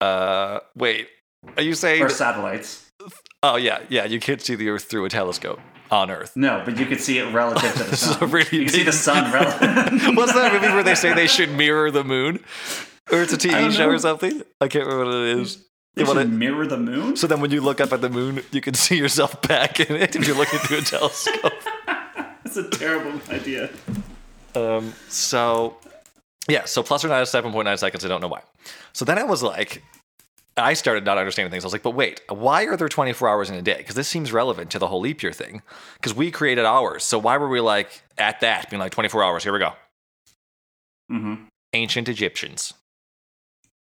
Uh, wait. Are you saying Or satellites? Oh yeah, yeah. You can't see the Earth through a telescope on Earth. No, but you could see it relative to the This is a sun. really you can see the big- sun relative. What's that movie where they say they should mirror the moon? Or it's a I TV don't show know. or something? I can't remember what it is. They What should it- mirror the moon. so then when you look up at the moon, you can see yourself back in it if you're looking through a telescope. That's a terrible idea. Um, so yeah, so plus or minus 7.9 seconds. I don't know why. So then I was like, I started not understanding things. I was like, but wait, why are there 24 hours in a day? Because this seems relevant to the whole leap year thing. Because we created ours. So why were we like at that, being like 24 hours? Here we go. hmm Ancient Egyptians.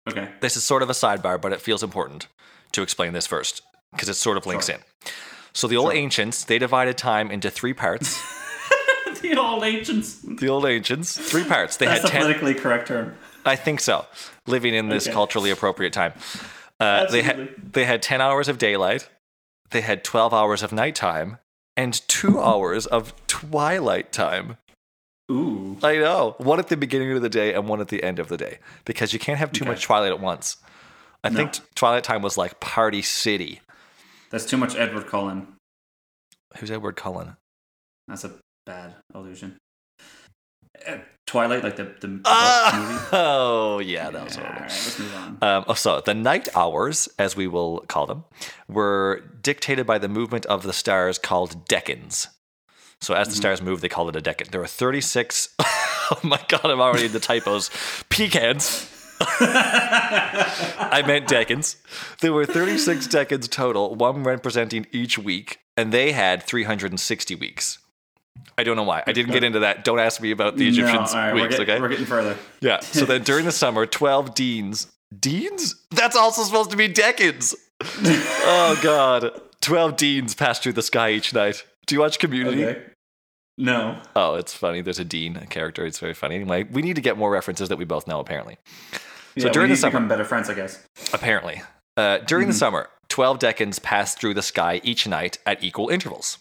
Okay. This is sort of a sidebar, but it feels important to explain this first because it sort of links in. So the old ancients, they divided time into three parts. the old ancients. the old ancients, three parts. They That's the had 10 politically correct term. I think so. Living in this Okay. culturally appropriate time. Uh, Absolutely. they, had, they had 10 hours of daylight, they had 12 hours of nighttime, and two hours of twilight time. Ooh. I know. One at the beginning of the day and one at the end of the day because you can't have too Okay. much twilight at once. I No. think t- Twilight Time was like Party City. That's too much Edward Cullen. Who's Edward Cullen? That's a bad illusion. Uh, Twilight, like the, the the Ah! movie. oh, yeah, that was All right, horrible. let's move on. Um, oh, so the night hours, as we will call them, were dictated by the movement of the stars called decans. So as the Mm-hmm. stars move, they called it a decan. There were 36. oh my god, I'm already in the typos. Pecans. I meant decans. There were 36 decans total, one representing each week, and they had 360 weeks. I don't know why. I didn't get into that. Don't ask me about the Egyptians' no, all right, weeks. we're, get- okay, we're getting further. yeah. So then during the summer, 12 deans. Deans? That's also supposed to be decans. oh, God. 12 deans pass through the sky each night. Do you watch Community? Okay. No. Oh, it's funny. There's a dean a character. It's very funny. Anyway, we need to get more references that we both know, apparently. So we need during the to summer- become better friends, I guess. Apparently. Uh, during Mm-hmm. the summer, 12 decans pass through the sky each night at equal intervals.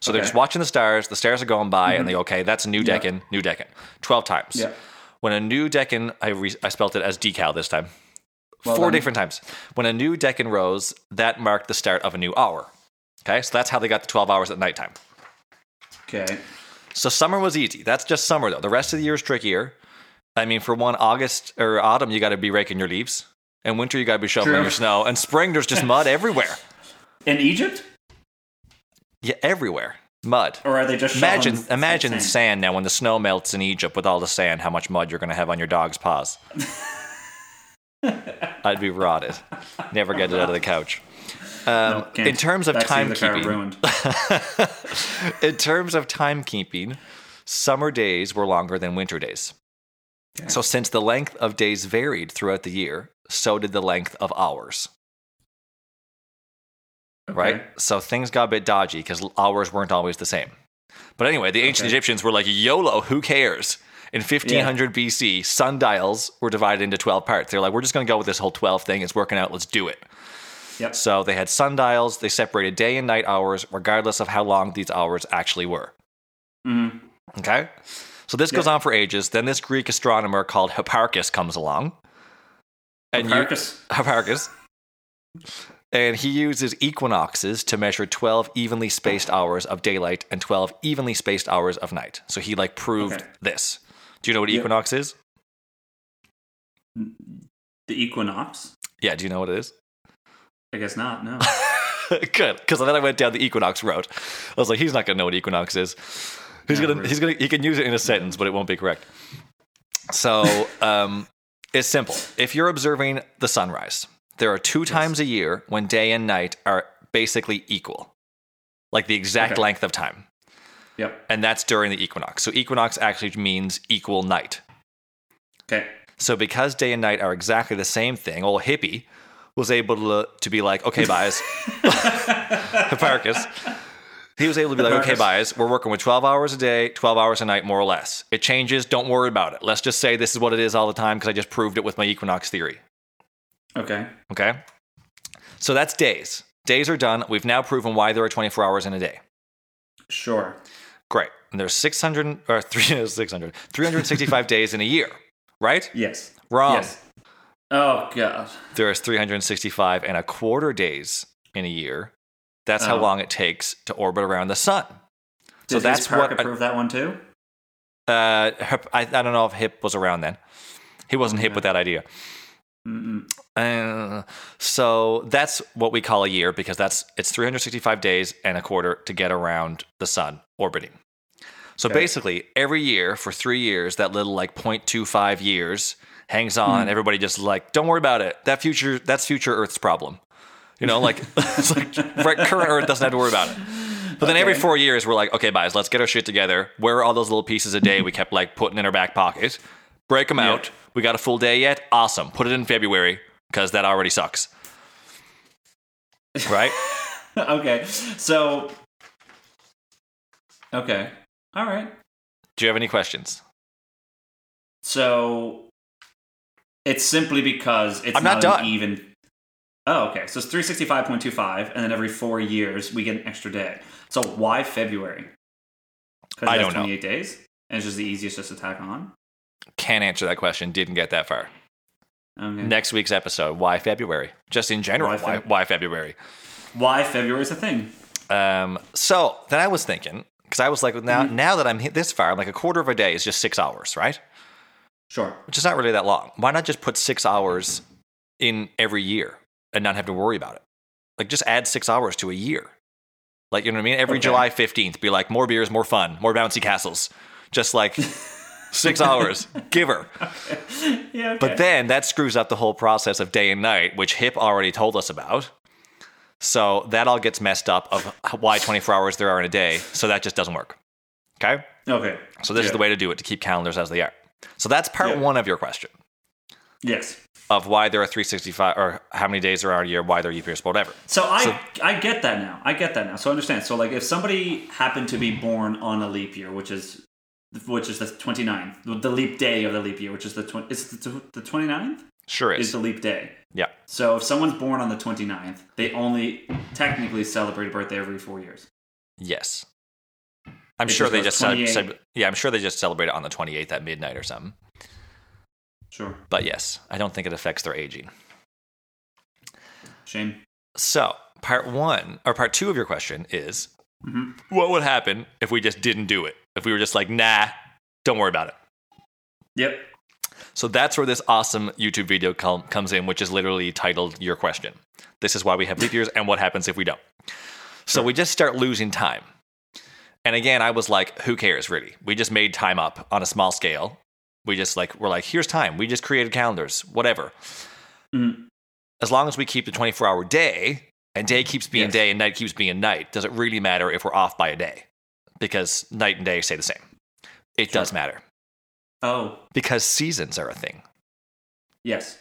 So they're Okay. Mm-hmm. just watching the stars. The stars are going by, and they go, okay, that's a new decan, new decan. 12 times. Yeah. When a new decan, I, re- I spelt it as decal this time. Well Four done. different times. When a new decan rose, that marked the start of a new hour. Okay, so that's how they got the 12 hours at nighttime. Okay. So summer was easy. That's just summer, though. The rest of the year is trickier. I mean, for one, August or autumn, you got to be raking your leaves. And winter, you got to be shoveling True. your snow. And spring, there's just mud everywhere. In Egypt, Yeah, everywhere. Mud. or are they just shoveling Imagine, s- imagine sand. now when the snow melts in Egypt with all the sand, how much mud you're going to have on your dog's paws. I'd be rotted. Never get it out of the couch. Um, Nope, can't. in terms of Back seat of the car timekeeping, ruined. in terms of timekeeping, summer days were longer than winter days. So since the length of days varied throughout the year, so did the length of hours. Right? Okay. So things got a bit dodgy because hours weren't always the same. But anyway, the ancient Okay. Egyptians were like, YOLO, who cares? In 1500 BC, sundials were divided into 12 parts. They're like, we're just going to go with this whole 12 thing. It's working out. Let's do it. Yep. So they had sundials. They separated day and night hours, regardless of how long these hours actually were. Mhm. Okay? So this goes Yeah. on for ages. Then this Greek astronomer called Hipparchus comes along. And you- Hipparchus. Hipparchus. And he uses equinoxes to measure 12 evenly spaced hours of daylight and 12 evenly spaced hours of night. So he like proved Okay. this. Do you know what equinox is? The equinox? Yeah, do you know what it is? I guess not. No. Good, because then I went down the equinox route. I was like, he's not gonna know what equinox is. He's Yeah, gonna right. he's gonna he can use it in a sentence, but it won't be correct. So um, it's simple. If you're observing the sunrise, there are two times a year when day and night are basically equal, like the exact Okay. length of time, yep. and that's during the equinox. So equinox actually means equal night. Okay. So because day and night are exactly the same thing, old hippie was able to, to be like, okay, guys, Hipparchus. He was able to be like, okay, Hipparchus. guys, we're working with 12 hours a day, 12 hours a night, more or less. It changes. Don't worry about it. Let's just say this is what it is all the time because I just proved it with my equinox theory. Okay. Okay. So that's days. Days are done. We've now proven why there are 24 hours in a day. Sure. Great. And there's 600 or 300, 600, 365 days in a year, right? Yes. Wrong. Yes. Oh god. there is 365 and a quarter days in a year. That's how Oh. long it takes to orbit around the sun. Did so that's that's Park what- approve that one too? Uh, Hip- I, I don't know if Hip was around then. He wasn't hip with that idea. Mm-mm. Uh, so that's what we call a year because that's it's 365 days and a quarter to get around the sun orbiting. So Okay. basically, every year for three years, that little like 0.25 years hangs on. Everybody just like, don't worry about it. That future, that's future Earth's problem. You know, like, it's like right, current Earth doesn't have to worry about it. But then every Okay. four years, we're like, okay, guys, let's get our shit together. Where are all those little pieces a day we kept like putting in our back pocket? Break them out. We got a full day yet? Awesome. Put it in February because that already sucks. Right? okay. So. Okay. All right. Do you have any questions? So. It's simply because it's I'm not an done. even. Oh, okay. So it's three sixty five point two five, and then every four years we get an extra day. So why February? Because I don't know. Twenty eight days, and it's just the easiest just to tack on. Can't answer that question. Didn't get that far. Okay. Next week's episode, why February? Just in general, Mm. Why why, Feb- why, February? why February is a thing? Um, so then I was thinking, because I was like, now, Mm-hmm. now that I'm hit this far, I'm like a quarter of a day is just six hours, right? Sure. which is not really that long. Why not just put six hours in every year and not have to worry about it? Like just add six hours to a year. Like you know what I mean? Every Okay. July fifteenth, be like more beers, more fun, more bouncy castles. Just like six hours, give her. Yeah. Okay. But then that screws up the whole process of day and night, which Hip already told us about. So that all gets messed up of why twenty four hours there are in a day. So that just doesn't work. Okay. okay. So this is Yeah. the way to do it to keep calendars as they are. So that's part Yeah. one of your question. Yes. of why there are 365 or how many days there are in a year, why E there are leap years, whatever. So I I get that now. I get that now. So I understand. So like if somebody happened to be born on a leap year, which is which is the 29th, the leap day of the leap year, which is the 20 it's the, the 29th Sure is. is the leap day. yeah. So if someone's born on the 29th, they only technically celebrate a birthday every 4 years. Yes. I'm It sure just they goes just cel- 28. cel- yeah, I'm sure they just celebrate it on the 28th at midnight or something. Sure. But yes, I don't think it affects their aging. Shame. So, part 1 or part 2 of your question is what would happen if we just didn't do it? If we were just like, "Nah, don't worry about it." Yep. So that's where this awesome YouTube video com- comes in, which is literally titled Your Question. This is why we have leap years and what happens if we don't. So we just start losing time. And again, I was like, who cares, really? We just made time up on a small scale. We just like, we're like, here's time. We just created calendars, whatever. Mhm. As long as we keep the 24 hour day and day keeps being Yes. day and night keeps being night, does it really matter if we're off by a day? Because night and day stay the same. It does matter Oh, because seasons are a thing. yes.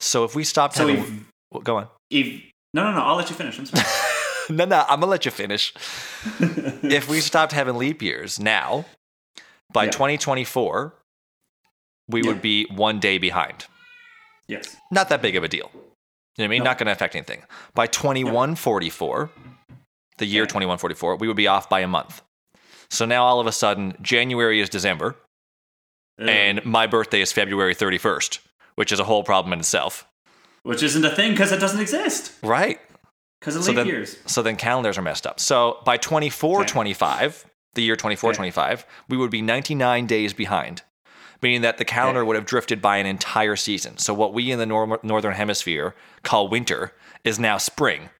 So if we stopped So having, if Well, go on. if no no no, I'll let you finish. I'm sorry. No, no, I'm gonna let you finish. if we stopped having leap years now, by Yeah. 2024, we Yeah. would be one day behind. yes. Not that big of a deal. You know what I mean? No. Not gonna affect anything. By 2144, the year Yeah. 2144, we would be off by a month. So now all of a sudden, January is December, Ugh. and my birthday is February 31st, which is a whole problem in itself. which isn't a thing because it doesn't exist Right. because of So leap then, years. so then calendars are messed up. So by 24, Okay. 25, the year 24, Okay. 25, we would be 99 days behind, meaning that the calendar would have drifted by an entire season. So what we in the nor- northern hemisphere call winter is now spring.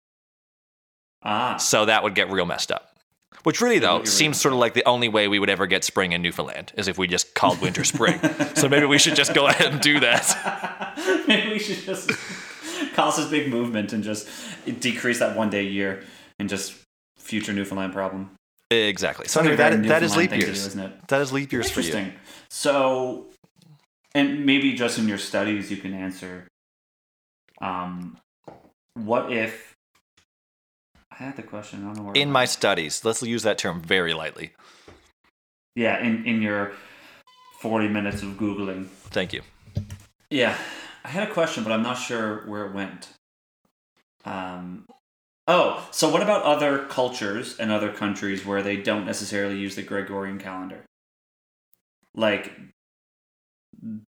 Ah, So that would get real messed up. Which really, though, would get real seems sort of like the only way we would ever get spring in Newfoundland is if we just called winter spring. so maybe we should just go ahead and do that. maybe we should just cause this big movement and just decrease that one day a year and just future Newfoundland problem. Exactly. So Something anyway, that, very that is leap Newfoundland thing to do, years. isn't it? That is leap years for you. Interesting. So, and maybe just in your studies, you can answer. Um, what if I had the question? I don't know where. it In went. my studies, let's use that term very lightly. yeah, in in your forty minutes of googling, Thank you. yeah, I had a question, but I'm not sure where it went. Um. Oh, so what about other cultures and other countries where they don't necessarily use the Gregorian calendar? Like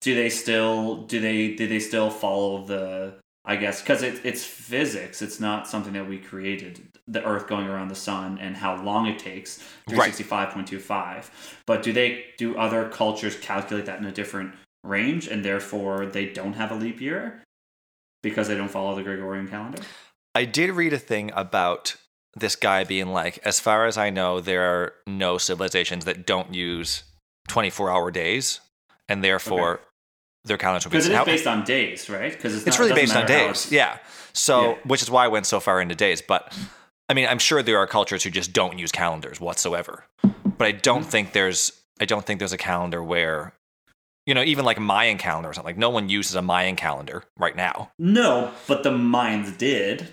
do they still do they do they still follow the I guess cuz it, it's physics, it's not something that we created, the earth going around the sun and how long it takes, Right. 365.25. But do they do other cultures calculate that in a different range and therefore they don't have a leap year because they don't follow the Gregorian calendar? I did read a thing about this guy being like, as far as I know, there are no civilizations that don't use 24 hour days, and therefore their calendars will be Because it is How- based on days, right? Because it's, it's not- it really based doesn't on matter how days. it's- Yeah. So, Yeah. which is why I went so far into days. But I mean, I'm sure there are cultures who just don't use calendars whatsoever. But I Mm-hmm. don't think there's, I don't think there's a calendar where, you know, even like Mayan calendar or something. Like no one uses a Mayan calendar right now. No, but the Mayans did.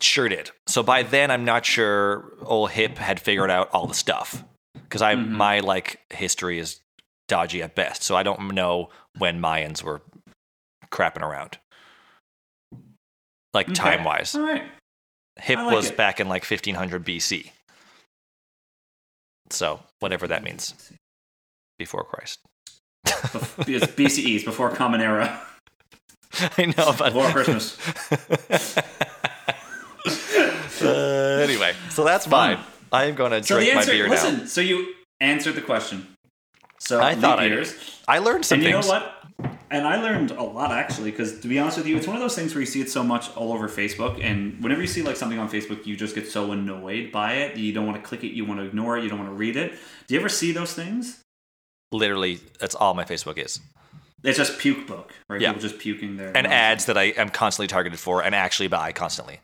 Sure did. So by then, I'm not sure old Hip had figured out all the stuff because I Mm-hmm. my like history is dodgy at best. So I don't know when Mayans were crapping around, like time wise. All right. Hip Oh, I like was it. back in like 1500 BC. So whatever that means, before Christ. Bef- It's BCE, it's before Common Era, I know, but before Christmas. Uh, anyway, so that's Fun. mine. I am going to So drink the my answer, beer listen, now. so you answered the question. So I leap thought I did. years. I learned some and you things. know what? And I learned a lot actually, because to be honest with you, it's one of those things where you see it so much all over Facebook, and whenever you see like something on Facebook, you just get so annoyed by it. You don't want to click it, you want to ignore it, you don't want to read it. Do you ever see those things? Literally, that's all my Facebook is. It's just puke book, right? Yeah. People just puking their And nonsense, ads that I am constantly targeted for and actually buy constantly.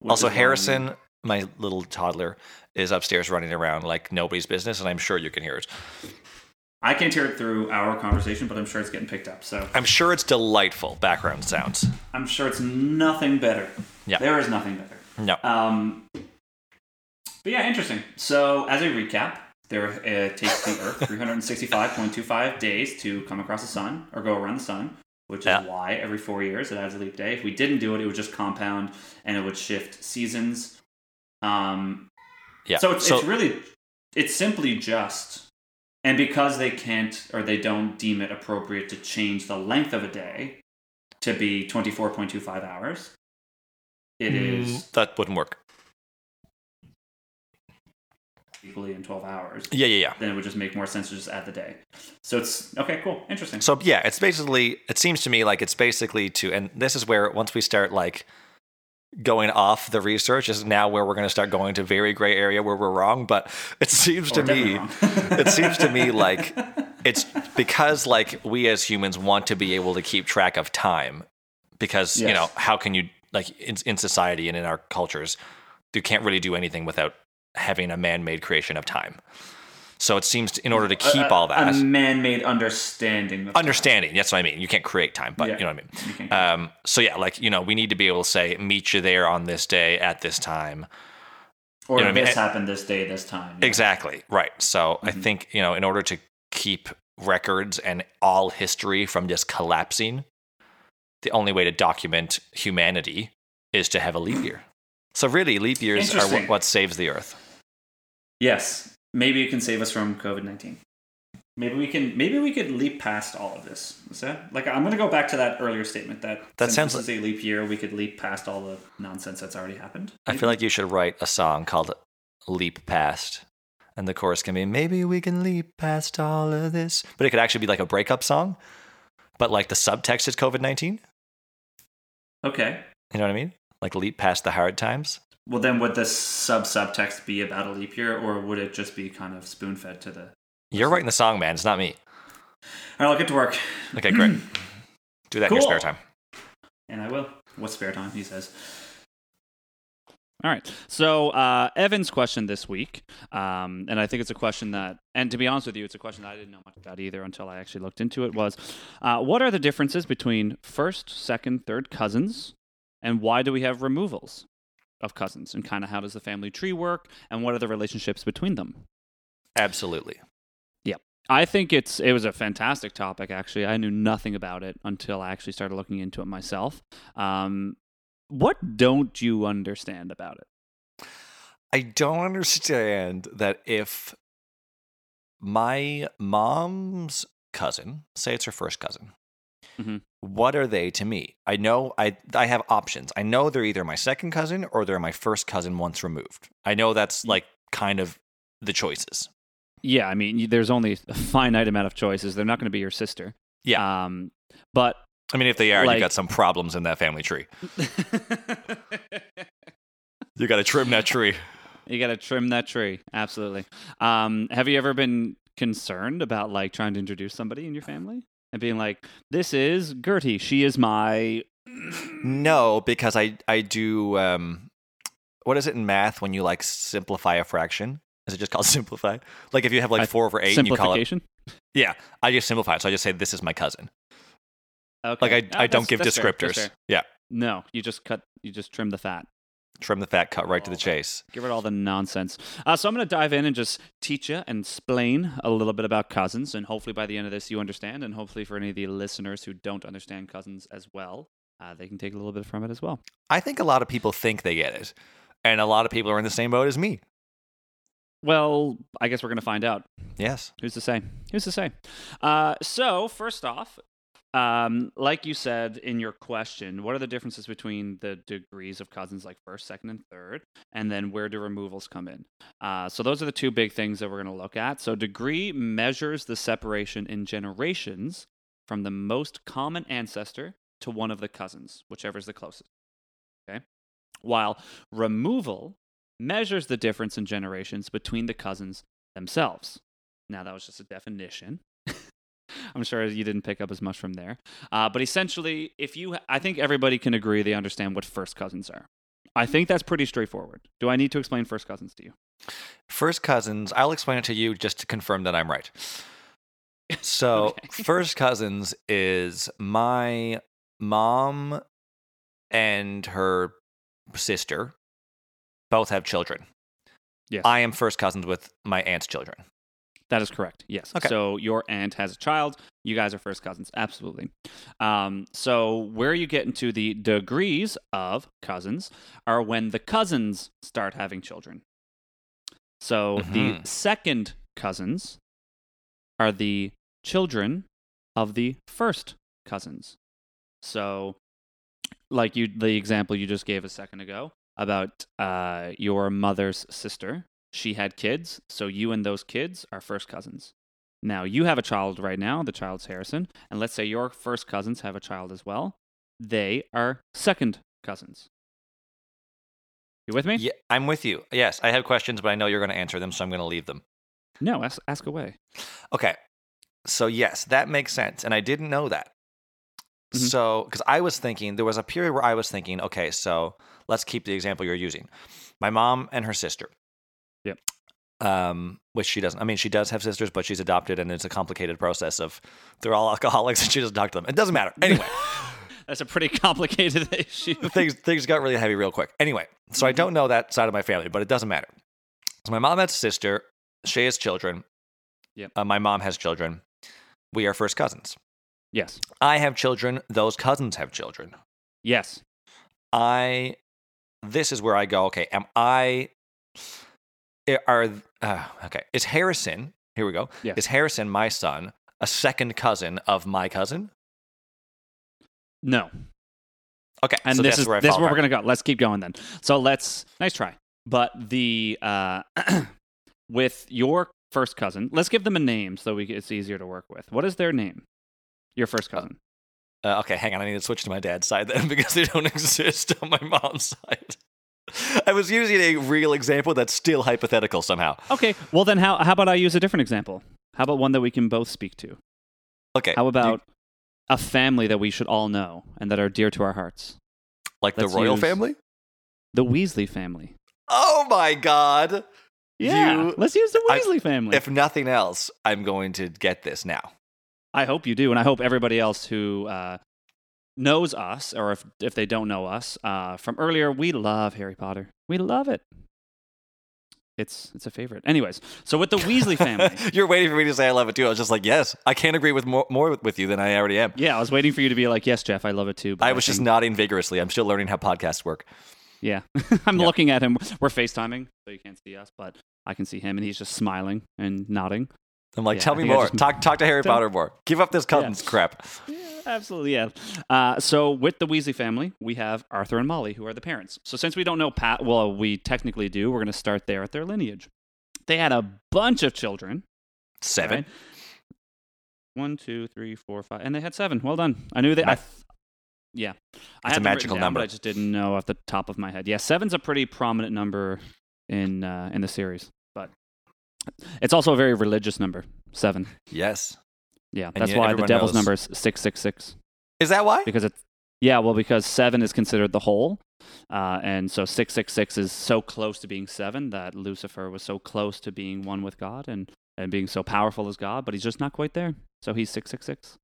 which also, is why- Harrison, my little toddler, is upstairs running around like nobody's business, and I'm sure you can hear it. I can't hear it through our conversation, but I'm sure it's getting picked up. So I'm sure it's delightful background sounds. I'm sure it's nothing better. Yeah. There is nothing better. No. Um, but yeah, interesting. So as a recap, there uh, takes the Earth 365.25 days to come across the sun or go around the sun, which is Yeah. why every four years it adds a leap day. If we didn't do it, it would just compound and it would shift seasons. Um, Yeah. so it's, it's really, it's simply just, and because they can't or they don't deem it appropriate to change the length of a day to be 24.25 hours, it Hmm. is that wouldn't work. equally in 12 hours. Yeah, yeah, yeah. Then it would just make more sense to just add the day. So it's okay, cool, interesting. So yeah, it's basically it seems to me like it's basically to and this is where once we start like going off the research is now where we're going to start going to very gray area where we're wrong, but it seems Oh, to we're definitely me wrong. it seems to me like it's because like we as humans want to be able to keep track of time because you Yes. know how can you like in, in society and in our cultures you can't really do anything without having a man-made creation of time so it seems to, in order to keep A- all that A man-made understanding. Of understanding that's what i mean you can't create time but Yeah. you know what i mean You can- um, so yeah, like you know, we need to be able to say, meet you there on this day at this time. or you know what I mean? this happened this day, this time. yeah. Exactly right. So I Mhm. think you know, in order to keep records and all history from just collapsing, the only way to document humanity is to have a leap year. So really, leap years are what, Interesting. what saves the earth. Yes, maybe it can save us from COVID nineteen. Maybe we can maybe we could leap past all of this. Is that like I'm gonna go back to that earlier statement that That since sounds this is a leap year, we could leap past all the nonsense that's already happened. I feel like you should write a song called Leap Past. And the chorus can be, maybe we can leap past all of this. But it could actually be like a breakup song. But like the subtext is COVID 19. Okay. You know what I mean? Like leap past the hard times. Well then would the sub subtext be about a leap year or would it just be kind of spoon fed to the You're writing the song, man. It's not me. Alright, I'll get to work. Okay, great. Do that in your Cool. spare time. And I will. What's spare time? He says. All right. So uh, Evan's question this week, um, and I think it's a question that, and to be honest with you, it's a question that I didn't know much about either until I actually looked into it. Was uh, what are the differences between first, second, third cousins, and why do we have removals of cousins, and kind of how does the family tree work, and what are the relationships between them? Absolutely. I think it's it was a fantastic topic. Actually, I knew nothing about it until I actually started looking into it myself. Um, what don't you understand about it? I don't understand that if my mom's cousin, say it's her first cousin, Mhm. what are they to me? I know I I have options. I know they're either my second cousin or they're my first cousin once removed. I know that's like kind of the choices. Yeah, I mean, you- there's only a finite amount of choices. They're not going to be your sister. Yeah. Um, but I mean, if they are, Like- you got some problems in that family tree. You got to trim that tree. you got to trim that tree. Absolutely. Um, have you ever been concerned about like trying to introduce somebody in your family and being like, "This is Gertie. She is my." No, because I I do um what is it in math when you like simplify a fraction? Is it just called simplify? Like if you have I- like four over eight and you call it Simplification. Yeah. I just simplify it. So I just say this is my cousin. Okay. Like I, Ah, I don't that's- give that's fair, that's descriptors. fair. Yeah. No, you just cut. You just trim the fat. Trim the fat, cut Oh, right to the chase. Give it all the nonsense. Uh, so I'm going to dive in and just teach you and explain a little bit about cousins, and hopefully by the end of this you understand, and hopefully for any of the listeners who don't understand cousins as well, uh, they can take a little bit from it as well. I think a lot of people think they get it. And a lot of people are in the same boat as me. Well, I guess we're going to find out. Yes. Who's to say? Who's to say? Uh, so first off, um, like you said in your question, what are the differences between the degrees of cousins, like first, second, and third, and then where do removals come in? Uh, so those are the two big things that we're going to look at. So degree measures the separation in generations from the most common ancestor to one of the cousins, whichever is the closest. Okay. While removal measures the difference in generations between the cousins themselves. Now, that was just a definition. I'm sure you didn't pick up as much from there. Uh, but essentially, if you, I think everybody can agree they understand what first cousins are. I think that's pretty straightforward. Do I need to explain first cousins to you? First cousins, I'll explain it to you just to confirm that I'm right. So, Okay. first cousins is my mom and her sister both have children. Yes. I am first cousins with my aunt's children. That is correct. Yes. Okay. So your aunt has a child. You guys are first cousins. Absolutely. Um, so where you get into the degrees of cousins are when the cousins start having children. So the Mhm. second cousins are the children of the first cousins. So, like you, the example you just gave a second ago about uh, your mother's sister, she had kids, so you and those kids are first cousins. Now you have a child right now, the child's Harrison, and let's say your first cousins have a child as well. They are second cousins. You with me? Yeah, I'm with you. Yes, I have questions, but I know you're going to answer them, so I'm going to leave them. No, ask, ask away. Okay. So, yes, that makes sense. And I didn't know that. Mhm. So, because I was thinking, there was a period where I was thinking, okay, so let's keep the example you're using. My mom and her sister. Yep. Um, which she doesn't. I mean, she does have sisters, but she's adopted, and it's a complicated process of they're all alcoholics, and she doesn't talk to them. It doesn't matter. Anyway, That's a pretty complicated issue. things things got really heavy real quick. Anyway, so I Mm-hmm. don't know that side of my family, but it doesn't matter. So my mom has a sister. She has children. Yep. Uh, my mom has children. We are first cousins. Yes. I have children. Those cousins have children. Yes. I. This is eh, where I go. Okay. Am I? Are uh, okay? Is Harrison Here we go. Yeah. Is Harrison my son, a second cousin of my cousin? No. Okay. And so this that's is where I this is fall where back. we're gonna go. Let's keep going then. So let's nice try. But the uh, with your first cousin, let's give them a name so we it's easier to work with. What is their name? Your first cousin. Uh, okay, hang on. I need to switch to my dad's side then because they don't exist on my mom's side. I was using a real example that's still hypothetical somehow. Okay. Well then, how how about I use a different example? How about one that we can both speak to? Okay. How about a family that we should all know and that are dear to our hearts? like the let's royal use- family? The Weasley family. Oh my god. Yeah. You- let's use the I- Weasley family. If nothing else, I'm going to get this now. I hope you do, and I hope everybody else who uh, knows us, or if if they don't know us uh, from earlier, we love Harry Potter. We love it. It's it's a favorite. Anyways, so with the Weasley family, You're waiting for me to say I love it too. I was just like, yes, I can't agree with more, more with you than I already am. yeah, I was waiting for you to be like, yes, Jeff, I love it too. but I was just think- nodding vigorously. I'm still learning how podcasts work. yeah. I'm Yeah. looking at him. We're FaceTiming, so you can't see us, but I can see him, and he's just smiling and nodding. I'm like, Yeah, tell I me think I more. just- Talk talk to Harry Tell- Potter more. Give up this cousins crap. Yeah, absolutely, yeah. Uh, so with the Weasley family, we have Arthur and Molly, who are the parents. So since we don't know Pat, well, we technically do. We're going to start there at their lineage. They had a bunch of children. Seven. right? One, two, three, four, five, and they had seven. Well done. I knew that. I, Ma- th- yeah, It's I had a them written magical down, number. but I just didn't know off the top of my head. Yeah, seven's a pretty prominent number in uh, in the series, but it's also a very religious number. Seven. Yes. Yeah, that's yet why the everyone devil's knows. number is six six six Is that why? because it's yeah well because seven is considered the whole uh, and so 666 is so close to being seven that lucifer was so close to being one with god and and being so powerful as god but he's just not quite there so he's 666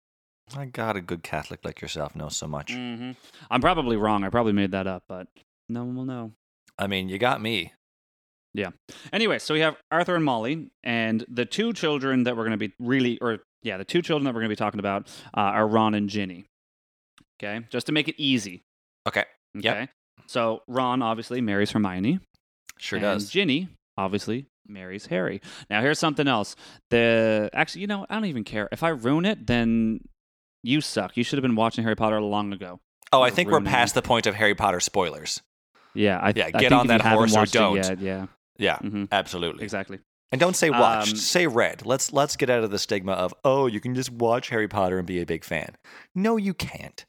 My God, a good Catholic like yourself knows so much. mm-hmm. i'm probably wrong i probably made that up but no one will know I mean, you got me. anyway so we have arthur and molly and the two children that we're going to be really or yeah the two children that we're going to be talking about uh, are ron and ginny okay just to make it easy Okay. okay Yep. so ron obviously marries hermione Sure and does. Ginny obviously marries Harry. Now here's something else. The actually, you know, I don't even care. If I ruin it, then you suck. You should have been watching Harry Potter long ago. oh, I you're think we're ruining past the point of Harry Potter spoilers. Yeah, I, Yeah, I get think on if you that haven't horse or watched it don't. yet, yeah, Yeah, Mhm. absolutely. exactly. And don't say watched, Um, say read. Let's let's get out of the stigma of oh, you can just watch Harry Potter and be a big fan. No, you can't.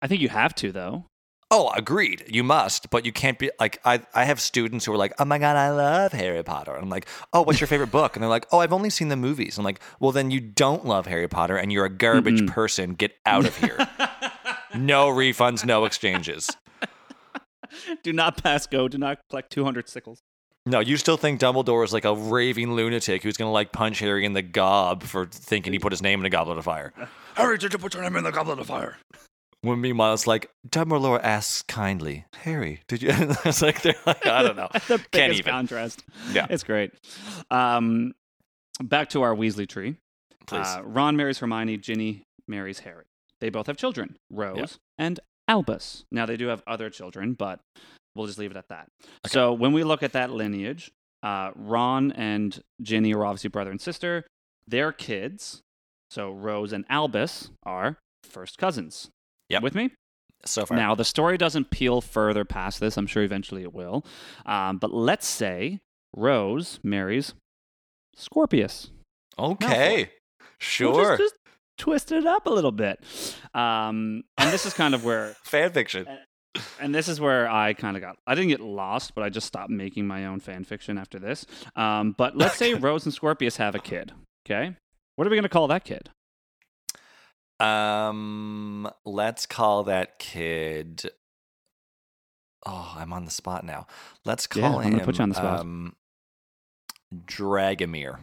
I think you have to though. Oh, agreed. You must, but you can't be like I I have students who are like, "Oh my god, I love Harry Potter." And I'm like, "Oh, what's your favorite book?" And they're like, "Oh, I've only seen the movies." I'm like, "Well, then you don't love Harry Potter and you're a garbage Mm-mm. person. Get out of here." no refunds, no exchanges. Do not pass go. Do not collect 200 sickles. No, you still think Dumbledore is like a raving lunatic who's going to like punch Harry in the gob for thinking he put his name in a goblet of fire. Harry, did you put your name in the goblet of fire? When meanwhile, it's like Dumbledore asks kindly, Harry, did you? it's like they're like, I don't know. the biggest even. contrast. Yeah. it's great. Um, back to our Weasley tree. Please. Uh, Ron marries Hermione, Ginny marries Harry. They both have children, Rose and Albus. Now, they do have other children, but we'll just leave it at that. So, when we look at that lineage, uh, Ron and Ginny are obviously brother and sister. Their kids, so Rose and Albus, are first cousins. Yep. With me? so far, Now, the story doesn't peel further past this. I'm sure eventually it will. Um, but let's say Rose marries Scorpius. okay, We'll sure, just, just twist it up a little bit. Um, and this is kind of where, fan fiction. and this is where I kind of got, I didn't get lost, but I just stopped making my own fan fiction after this. Um, but let's say Rose and Scorpius have a kid. Okay. What are we going to call that kid? Um, let's call that kid. Oh, I'm on the spot now. Let's Yeah, call I'm him. gonna put you on the spot. Um, Dragomir.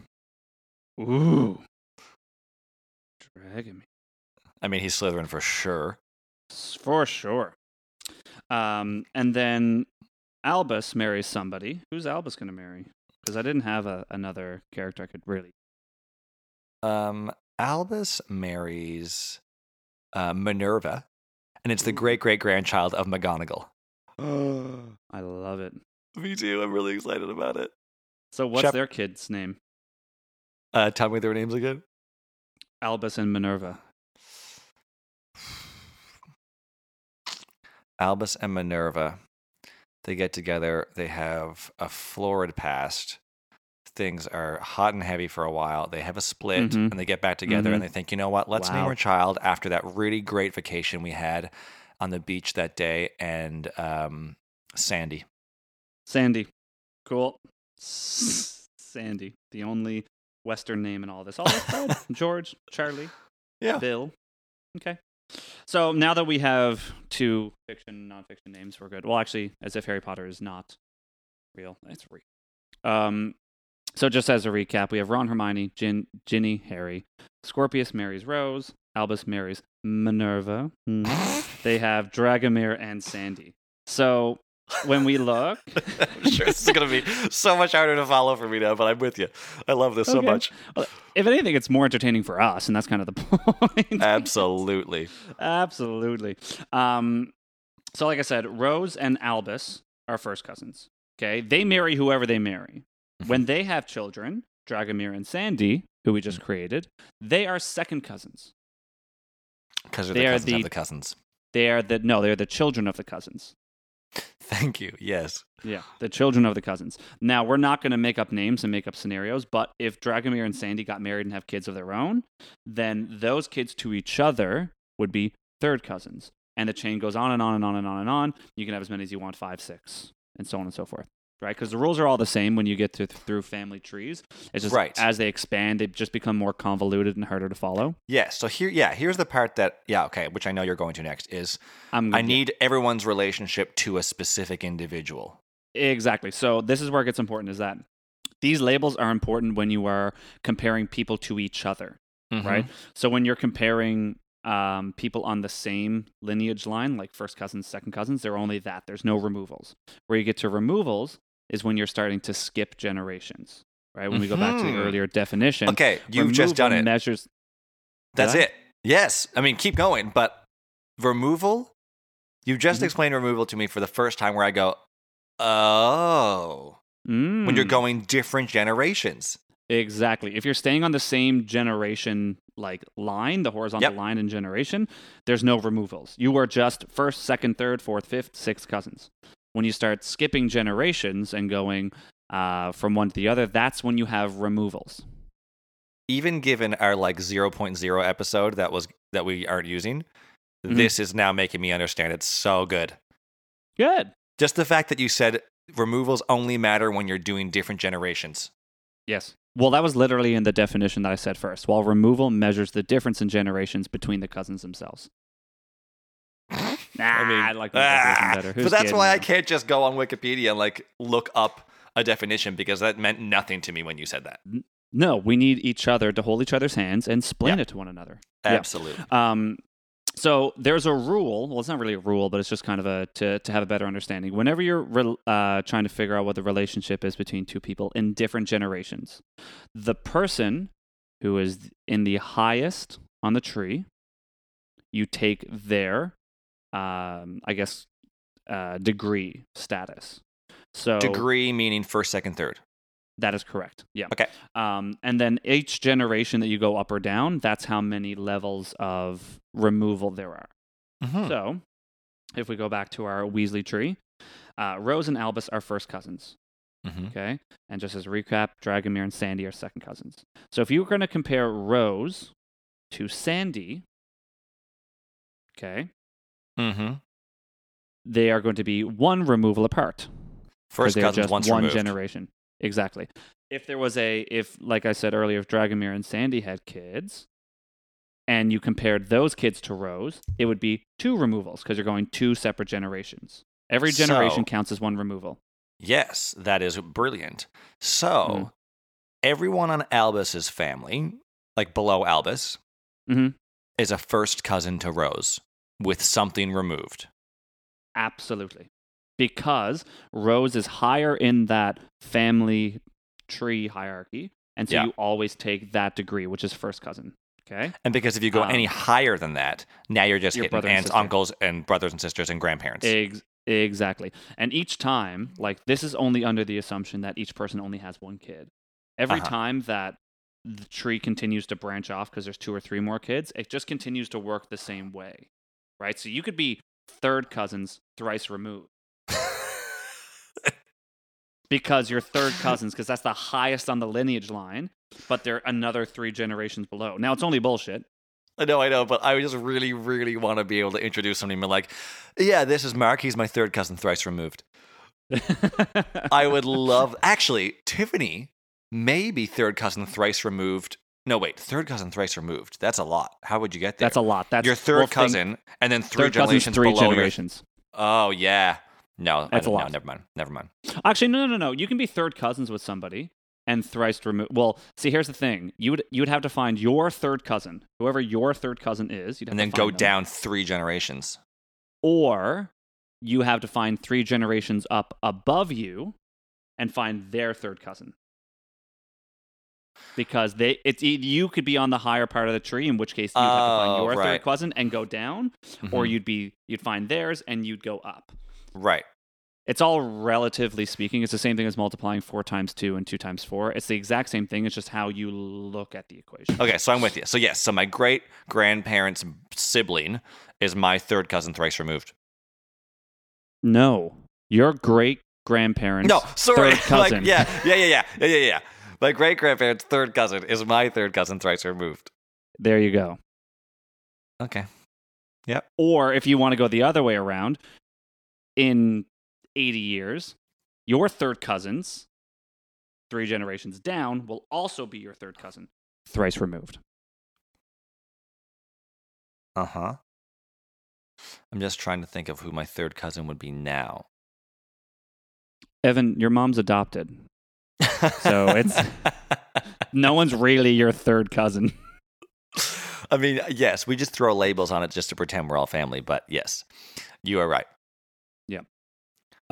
Ooh. Dragon. I mean, he's Slytherin for sure. S- For sure. Um, and then Albus marries somebody. Who's Albus going to marry? Because I didn't have a, another character I could really. Um, Albus marries uh, Minerva, and it's the great great grandchild of McGonagall. I love it. Me too. I'm really excited about it. So what's Shep- their kid's name? Uh, tell me their names again. Albus and Minerva. Albus and Minerva. They get together. They have a florid past. Things are hot and heavy for a while. They have a split Mhm. and they get back together and they think, you know what? Let's name Wow. our child after that really great vacation we had on the beach that day and um, Sandy. Sandy. Cool. S- Sandy. The only Western name in all this. All that's good. George, Charlie, Yeah. Bill. Okay. So now that we have two fiction, nonfiction names, we're good. Well, actually, as if Harry Potter is not real, it's real. Um, so just as a recap, we have Ron, Hermione, Gin, Ginny, Harry, Scorpius marries Rose, Albus marries Minerva. Mhm. they have Dragomir and Sandy. So when we look, I'm sure this is going to be so much harder to follow for me now, but I'm with you. I love this so Okay. much. Well, if anything, it's more entertaining for us, and that's kind of the point. Absolutely. Absolutely. Um, so, like I said, Rose and Albus are first cousins. Okay, they marry whoever they marry. When they have children, Dragomir and Sandy, who we just created, they are second cousins. Because They they're the are cousins the- of the cousins. They are the no, they are the children of the cousins. Thank you. Yes. Yeah, the children of the cousins. Now, we're not going to make up names and make up scenarios, but if Dragomir and Sandy got married and have kids of their own, then those kids to each other would be third cousins. And the chain goes on and on and on and on and on. You can have as many as you want five, six, and so on and so forth. Right? Because the rules are all the same when you get to through family trees. It's just Right. as they expand, they just become more convoluted and harder to follow. Yes. So here, yeah, here's the part that, yeah, okay, which I know you're going to next is I'm I need everyone's relationship to a specific individual. Exactly. So this is where it gets important is that these labels are important when you are comparing people to each other, right? Mm-hmm. So when you're comparing um, people on the same lineage line, like first cousins, second cousins, they're only that. There's no removals. Where you get to removals is when you're starting to skip generations, right? When we go back to the Mhm. earlier definition. Okay, you've just removal done it. Measures. That's Yeah. it. Yes. I mean, keep going, but removal, you just Mm-hmm. explained removal to me for the first time where I go, oh, when you're Mm. going different generations. Exactly. If you're staying on the same generation like line, the horizontal Yep. line and generation, there's no removals. You are just first, second, third, fourth, fifth, sixth cousins. When you start skipping generations and going uh, from one to the other, that's when you have removals. Even given our like 0.0 episode that was that we aren't using, Mhm. this is now making me understand it so good. Good. Just the fact that you said removals only matter when you're doing different generations. Yes. Well, that was literally in the definition that I said first. While removal measures the difference in generations between the cousins themselves. nah, I, like my definition Ah, better. but Who's that's kidding why I now? can't just go on Wikipedia and like look up a definition because that meant nothing to me when you said that. No, we need each other to hold each other's hands and explain it to one another. Yeah. Absolutely. Um, so there's a rule. Well, it's not really a rule, but it's just kind of a to, to have a better understanding. Whenever you're re- uh, trying to figure out what the relationship is between two people in different generations, the person who is in the highest on the tree, you take their, um, I guess, uh, degree status. So Degree meaning first, second, third. that is correct. Yeah. Okay. Um, and then each generation that you go up or down, that's how many levels of removal there are. Hmm. So, if we go back to our Weasley tree, uh, Rose and Albus are first cousins. Mhm. Okay. And just as a recap, Dragomir and Sandy are second cousins. So, if you were going to compare Rose to Sandy, okay, Mm-hmm. they are going to be one removal apart. First they're cousins just once one removed. generation. Exactly. If there was a if like I said earlier, if Dragomir and Sandy had kids, and you compared those kids to Rose, it would be two removals because you're going two separate generations. Every generation So- counts as one removal. Yes, that is brilliant. So Mm-hmm. everyone on Albus's family, like below Albus, Mhm. is a first cousin to Rose with something removed. Absolutely. Because Rose is higher in that family tree hierarchy. And so Yeah. you always take that degree, which is first cousin. Okay. And because if you go Um, any higher than that, now you're just your hitting brother and aunts, sister. uncles, and Eh, brothers and sisters and grandparents. Ex- exactly. And each time, like this is only under the assumption that each person only has one kid. Every Uh-huh. time that the tree continues to branch off because there's two or three more kids, it just continues to work the same way, right? So you could be third cousins thrice removed because you're third cousins because that's the highest on the lineage line, but they're another three generations below. Now it's only bullshit. I know, I know, but I just really, really want to be able to introduce somebody and be like, yeah, this is Mark. He's my third cousin, thrice removed. I would love, actually, Tiffany may be third cousin, thrice removed. No, wait, third cousin, thrice removed. That's a lot. How would you get there? That's a lot. That's Your third well, think- cousin, and then three third cousin's generations three below your- generations. oh, yeah. No, I That's a don't- no, lot. never mind. Never mind. Actually, no, no, no, no. You can be third cousins with somebody and thrice removed. Well, see, here's the thing. You would you would have to find your third cousin, whoever your third cousin is. You'd have And to then find go them. down three generations. or you have to find three generations up above you and find their third cousin because they it's e- you could be on the higher part of the tree in which case you'd have to find Oh, your right. third cousin and go down or Mhm. you'd be you'd find theirs and you'd go up Right. it's all relatively speaking it's the same thing as multiplying 4 times 2 and 2 times 4 it's the exact same thing it's just how you look at the equation Okay, so I'm with you. So, yes, so my great grandparents' sibling is my third cousin, thrice removed. no your great grandparents No, sorry. third cousin Like, yeah, yeah, yeah, yeah, yeah, yeah, yeah. My great grandparents' third cousin is my third cousin thrice removed. there you go Okay. Or if you want to go the other way around, in 80 years, your third cousins, three generations down, will also be your third cousin, thrice removed. Uh huh. I'm just trying to think of who my third cousin would be now. Evan, your mom's adopted. So it's- No one's really your third cousin. I mean, yes, we just throw labels on it just to pretend we're all family, but yes, you are right.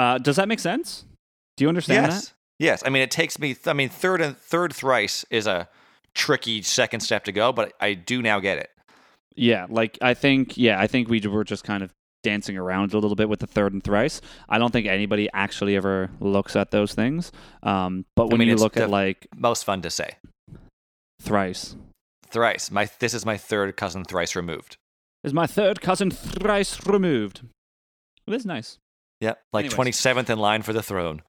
Uh, does that make sense? Do you understand yes. Yes. I mean, it takes me, I mean, third and third thrice is a tricky second step to go, but I do now get it. that? Yeah, like I think, yeah, I think we were just kind of dancing around a little bit with the third and thrice. I don't think anybody actually ever looks at those things. Um, but when mean, you it's look at def- like Most fun to say. thrice, Thrice. My this is my third cousin thrice removed. is my third cousin thrice removed. Well, that's nice. Yeah, like Anyways. twenty seventh in line for the throne.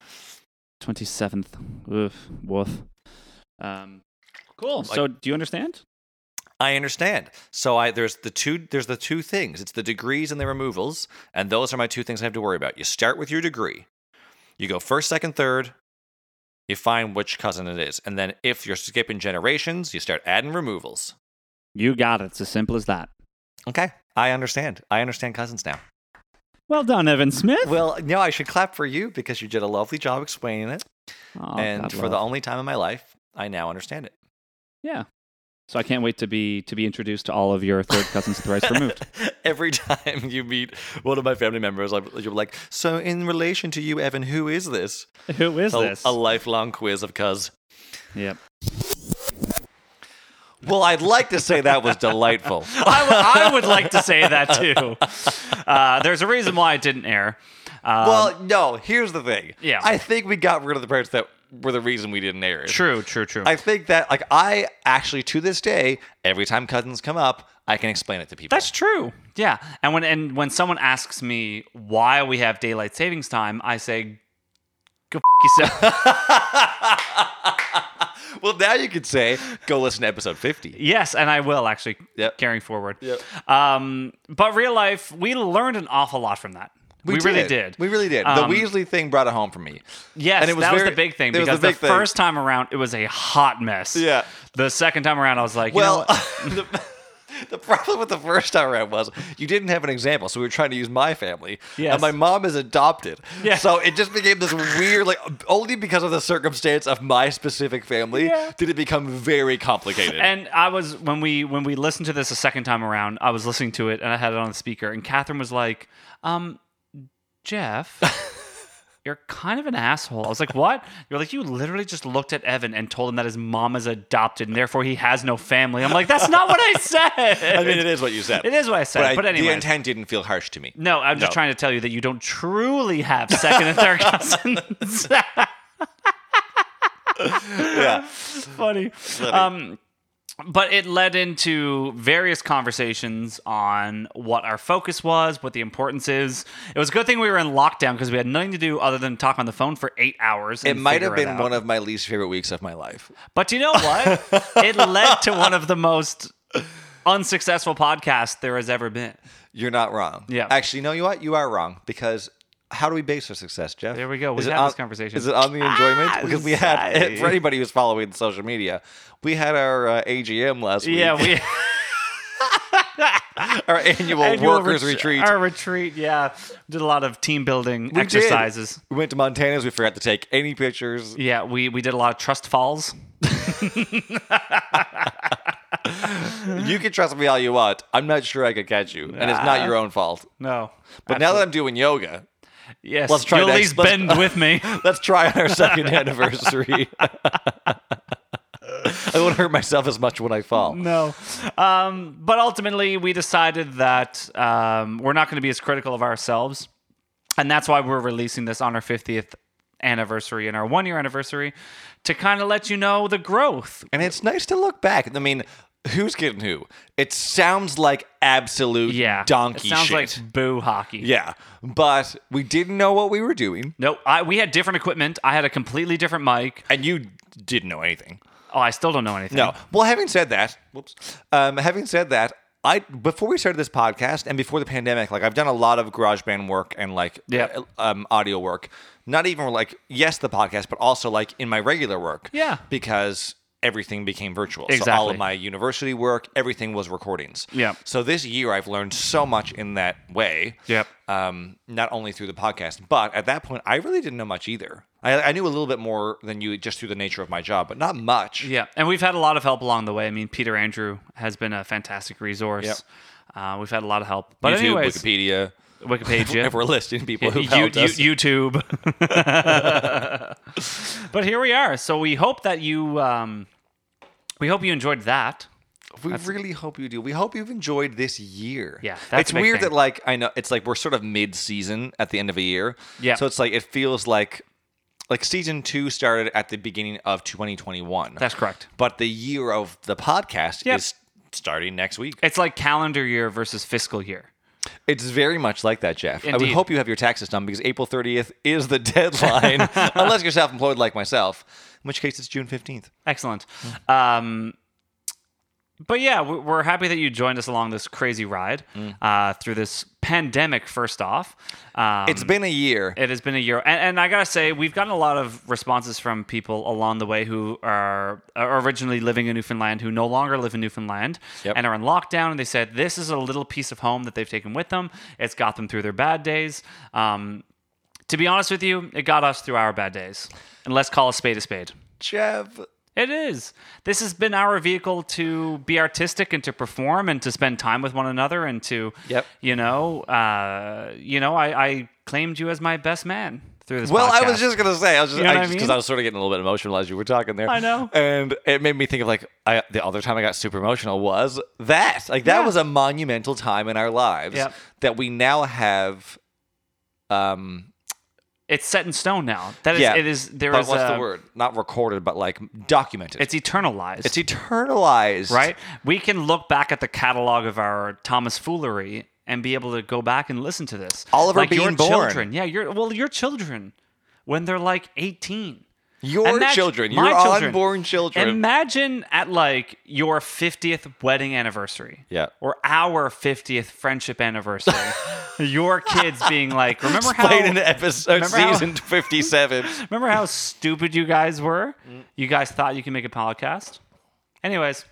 27th. Oof, woof. Um, cool. So, do you understand? I understand. So I there's the two there's the two things. It's the degrees and the removals, and those are my two things I have to worry about. You start with your degree. You go first, second, third. You find which cousin it is, and then if you're skipping generations, you start adding removals. You got it. It's as simple as that. Okay, I understand. I understand cousins now. Well done, Evan Smith. Well, no, I should clap for you because you did a lovely job explaining it, Aw, and Oh, God for love. the only time in my life, I now understand it. yeah. So I can't wait to be to be introduced to all of your third cousins thrice removed. Every time you meet one of my family members, I'm- you're like, "So, in relation to you, Evan, who is this?" Who is a, this? a lifelong quiz of cuz. yep. Well, I'd like to say that was delightful. I would- I would like to say that too. Uh, there's a reason why it didn't air. Um, well, no. Here's the thing. Yeah. I think we got rid of the parts that were the reason we didn't air it. true, true, true. I think that, like, I actually to this day, every time cousins come up, I can explain it to people. That's true. Yeah. And when and when someone asks me why we have daylight savings time, I say, "Go f- yourself." well, now you could say, "Go listen to episode 50." yes, and I will actually. Yep. Carrying forward. Um, but real life, we learned an awful lot from that. We, really did. We really did. Um, the Weasley thing brought it home for me. Yes, And it was that was very- the big thing it was because the the, big thing. first time around it was a hot mess. Yeah. The second time around, I was like, well, Well, the, the problem with the first time around was you didn't have an example, so we were trying to use my family. Yes. And my mom is adopted. Yeah. So it just became this weird, like, only because of the circumstance of my specific family did it become very complicated. and I was when we when we listened to this a second time around, I was listening to it and I had it on the speaker, and Catherine was like, um, Jeff. You're kind of an asshole. I was like, "What?" You're like, "You literally just looked at Evan and told him that his mom is adopted, and therefore he has no family." I'm like, "That's not what I said." I mean, it is what you said. It is what I said. But, I- But, anyway, the intent didn't feel harsh to me. No, I'm just No. trying to tell you that you don't truly have second and third cousins. yeah. funny. Um, but it led into various conversations on what our focus was, what the importance is. It was a good thing we were in lockdown because we had nothing to do other than talk on the phone for eight hours. It might have been one of my least favorite weeks of my life. But you know what? it led to one of the most unsuccessful podcasts there has ever been. You're not wrong. Yeah. Actually, no, you know what? You are wrong because how do we base our success, Jeff? There we go. We Is it had this on- conversation. Ah, Is it on the enjoyment? because we sorry. had, for anybody who's following social media, we had our uh, AGM last week. Yeah, we. our annual, annual workers ret- retreat. Our retreat, yeah. Did a lot of team building We did. exercises. We went to Montana's. We forgot to take any pictures. Yeah, we, we did a lot of trust falls. You can trust me all you want. I'm not sure I could catch you, and it's not your own fault. No. But now that I'm doing yoga, Yes, Let's try you'll at next- least let's- bend with me. let's try on our second anniversary. I won't hurt myself as much when I fall. No. Um, but ultimately, we decided that um, we're not going to be as critical of ourselves. And that's why we're releasing this on our 50th anniversary and our one year anniversary to kind of let you know the growth. And it's nice to look back. I mean, who's getting who? It sounds like absolute Yeah. donkey it sounds shit. like boo hockey. yeah, but we didn't know what we were doing, No, I, we had different equipment. I had a completely different mic. and you didn't know anything. Oh, I still don't know anything. No. Well, having said that, whoops. Um, having said that, I before we started this podcast and before the pandemic, like I've done a lot of GarageBand work and like Yeah. um, audio work. Not even like yes, the podcast, but also like in my regular work. Yeah. Because everything became virtual. So all Exactly. of my university work, everything was recordings. Yeah. So this year I've learned so much in that way. Yep. Um, not only through the podcast, but at that point I really didn't know much either. I, I knew a little bit more than you just through the nature of my job, but not much. Yeah, and we've had a lot of help along the way. I mean, Peter Andrew has been a fantastic resource. Yep. Uh, we've had a lot of help. But YouTube, anyways, Wikipedia. Wikipedia. If we're listing people who You- helped you- us. YouTube. but here we are. So we hope that you, um, we hope you enjoyed that. we really hope you do. We hope you've enjoyed this year. Yeah, that's it's a big weird thing. that like I know it's like we're sort of mid-season at the end of a year. Yeah. so it's like it feels like like season two started at the beginning of 2021. That's correct. But the year of the podcast Yep. is starting next week. It's like calendar year versus fiscal year. It's very much like that, Jeff. I would Indeed. hope you have your taxes done because April 30th is the deadline, unless you're self-employed like myself, in which case it's June 15th. Excellent. Mm. Um, but yeah, we- we're happy that you joined us along this crazy ride Mm. uh, through this pandemic. First off, um, It's been a year. It has been a year, and, and I gotta say, we've gotten a lot of responses from people along the way who are, are originally living in Newfoundland, who no longer live in Newfoundland, Yep. and are in lockdown. And they said this is a little piece of home that they've taken with them. It's got them through their bad days. Um, to be honest with you, it got us through our bad days. And let's call a spade a spade. Jeff, It is. This has been our vehicle to be artistic and to perform and to spend time with one another and to, Yep. you know, uh, you know, I, I claimed you as my best man through this. Well, I was podcast. just gonna say, I was just You know what because I, I just- mean? 'cause I was sort of getting a little bit emotional as you were talking there. I know. and it made me think of like I, the other time I got super emotional was that like that Yeah. was a monumental time in our lives Yep. that we now have. Um, It's set in stone now. That is, yeah, it is. There is. but what's a- the word? Not recorded, but like documented. It's eternalized. it's eternalized, right. We can look back at the catalog of our Thomas Foolery and be able to go back and listen to this. Oliver like your being born. children. Yeah, your well, your children when they're like eighteen. Your Imagine- children, my your children. unborn children. Imagine at like your 50th wedding anniversary. Yeah. Or our 50th friendship anniversary. your kids being like, remember how Played in episode remember how- season fifty-seven. remember how stupid you guys were? You guys thought you could make a podcast? Anyways,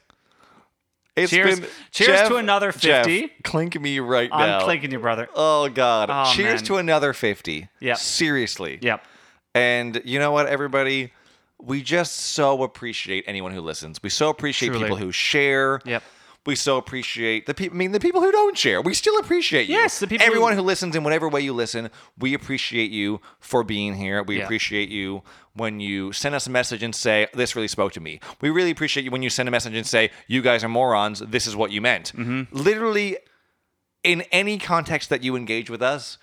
It's Cheers- been- cheers Jeff- to another Jeff, 50. clink me right I'm now. clinking you, brother. Oh God! Oh, Cheers man. to another fifty. Yep. Seriously. Yep. And you know what, everybody? We just so appreciate anyone who listens. We so appreciate Truly. people who share. Yep. We so appreciate the people. I mean, the people who don't share. We still appreciate you. Yes, the people who- Everyone who listens in whatever way you listen, we appreciate you for being here. We Yeah. appreciate you when you send us a message and say, "This really spoke to me." We really appreciate you when you send a message and say, "You guys are morons. This Mm-hmm. is what you meant." Literally, in any context that you engage with us,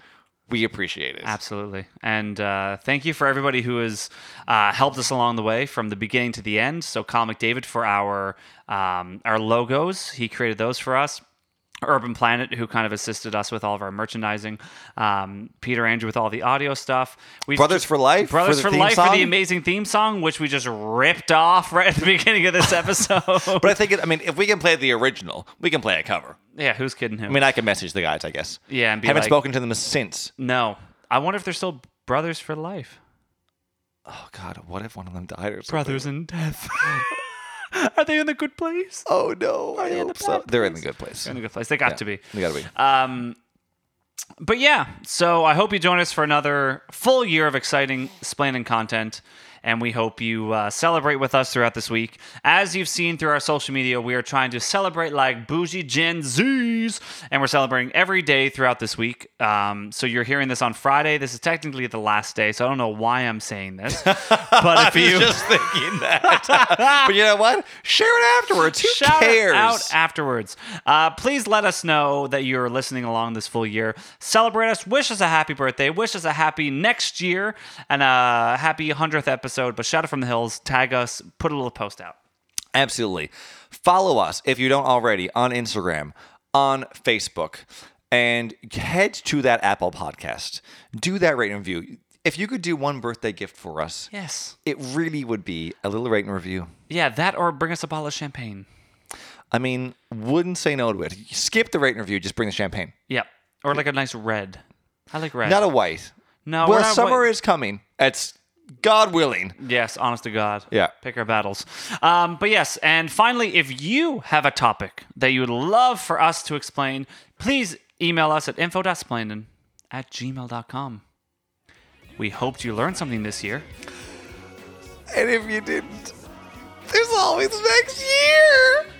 We appreciate it. Absolutely. And uh, thank you for everybody who has uh, helped us along the way from the beginning to the end. So, Kyle McDavid for our um, our logos, he created those for us. Urban Planet, who kind of assisted us with all of our merchandising. Um, Peter Andrew with all the audio stuff. We've Brothers for Life for Brothers the for, theme Life for song? the amazing theme song, which we just ripped off right at the beginning of this episode. But I think, it, I mean, if we can play the original, we can play a cover. yeah, who's kidding who? I mean, I can message the guys, I guess. yeah, and be Haven't like, spoken to them since. No, I wonder if they're still Brothers for Life. Oh God, what if one of them died or something? Brothers in death. Are they in the good place? Oh no, I hope so. They're in the good place. They're in a good place. They got to be. They gotta be. Um, but yeah, so I hope you join us for another full year of exciting splaining content. And we hope you uh, celebrate with us throughout this week. As you've seen through our social media, we are trying to celebrate like bougie Gen Zs. And we're celebrating every day throughout this week. Um, so you're hearing this on Friday. This is technically the last day. So I don't know why I'm saying this. But if I you. was just thinking that. but you know what? Share it afterwards. Who Shout it cares? out afterwards. Uh, please let us know that you're listening along this full year. Celebrate us. Wish us a happy birthday. Wish us a happy next year and a happy 100th episode. But shout it from the hills. Tag us. Put a little post out. Absolutely. Follow us if you don't already on Instagram, on Facebook, and head to that Apple podcast. Do that rate and review. If you could do one birthday gift for us, Yes. it really would be a little rate and review. Yeah, that or bring us a bottle of champagne. I mean, wouldn't say no to it. Skip the rate and review, just bring the champagne. Yep. Or like a nice red. I like red. Not a white. no, we're well, not summer wait- is coming. It's God willing. Yes, honest to God. Yeah. Pick our battles. Um, but yes, and finally, if you have a topic that you would love for us to explain, please email us at info.splainin at gmail.com. We hoped you learned something this year. And if you didn't, there's always next year.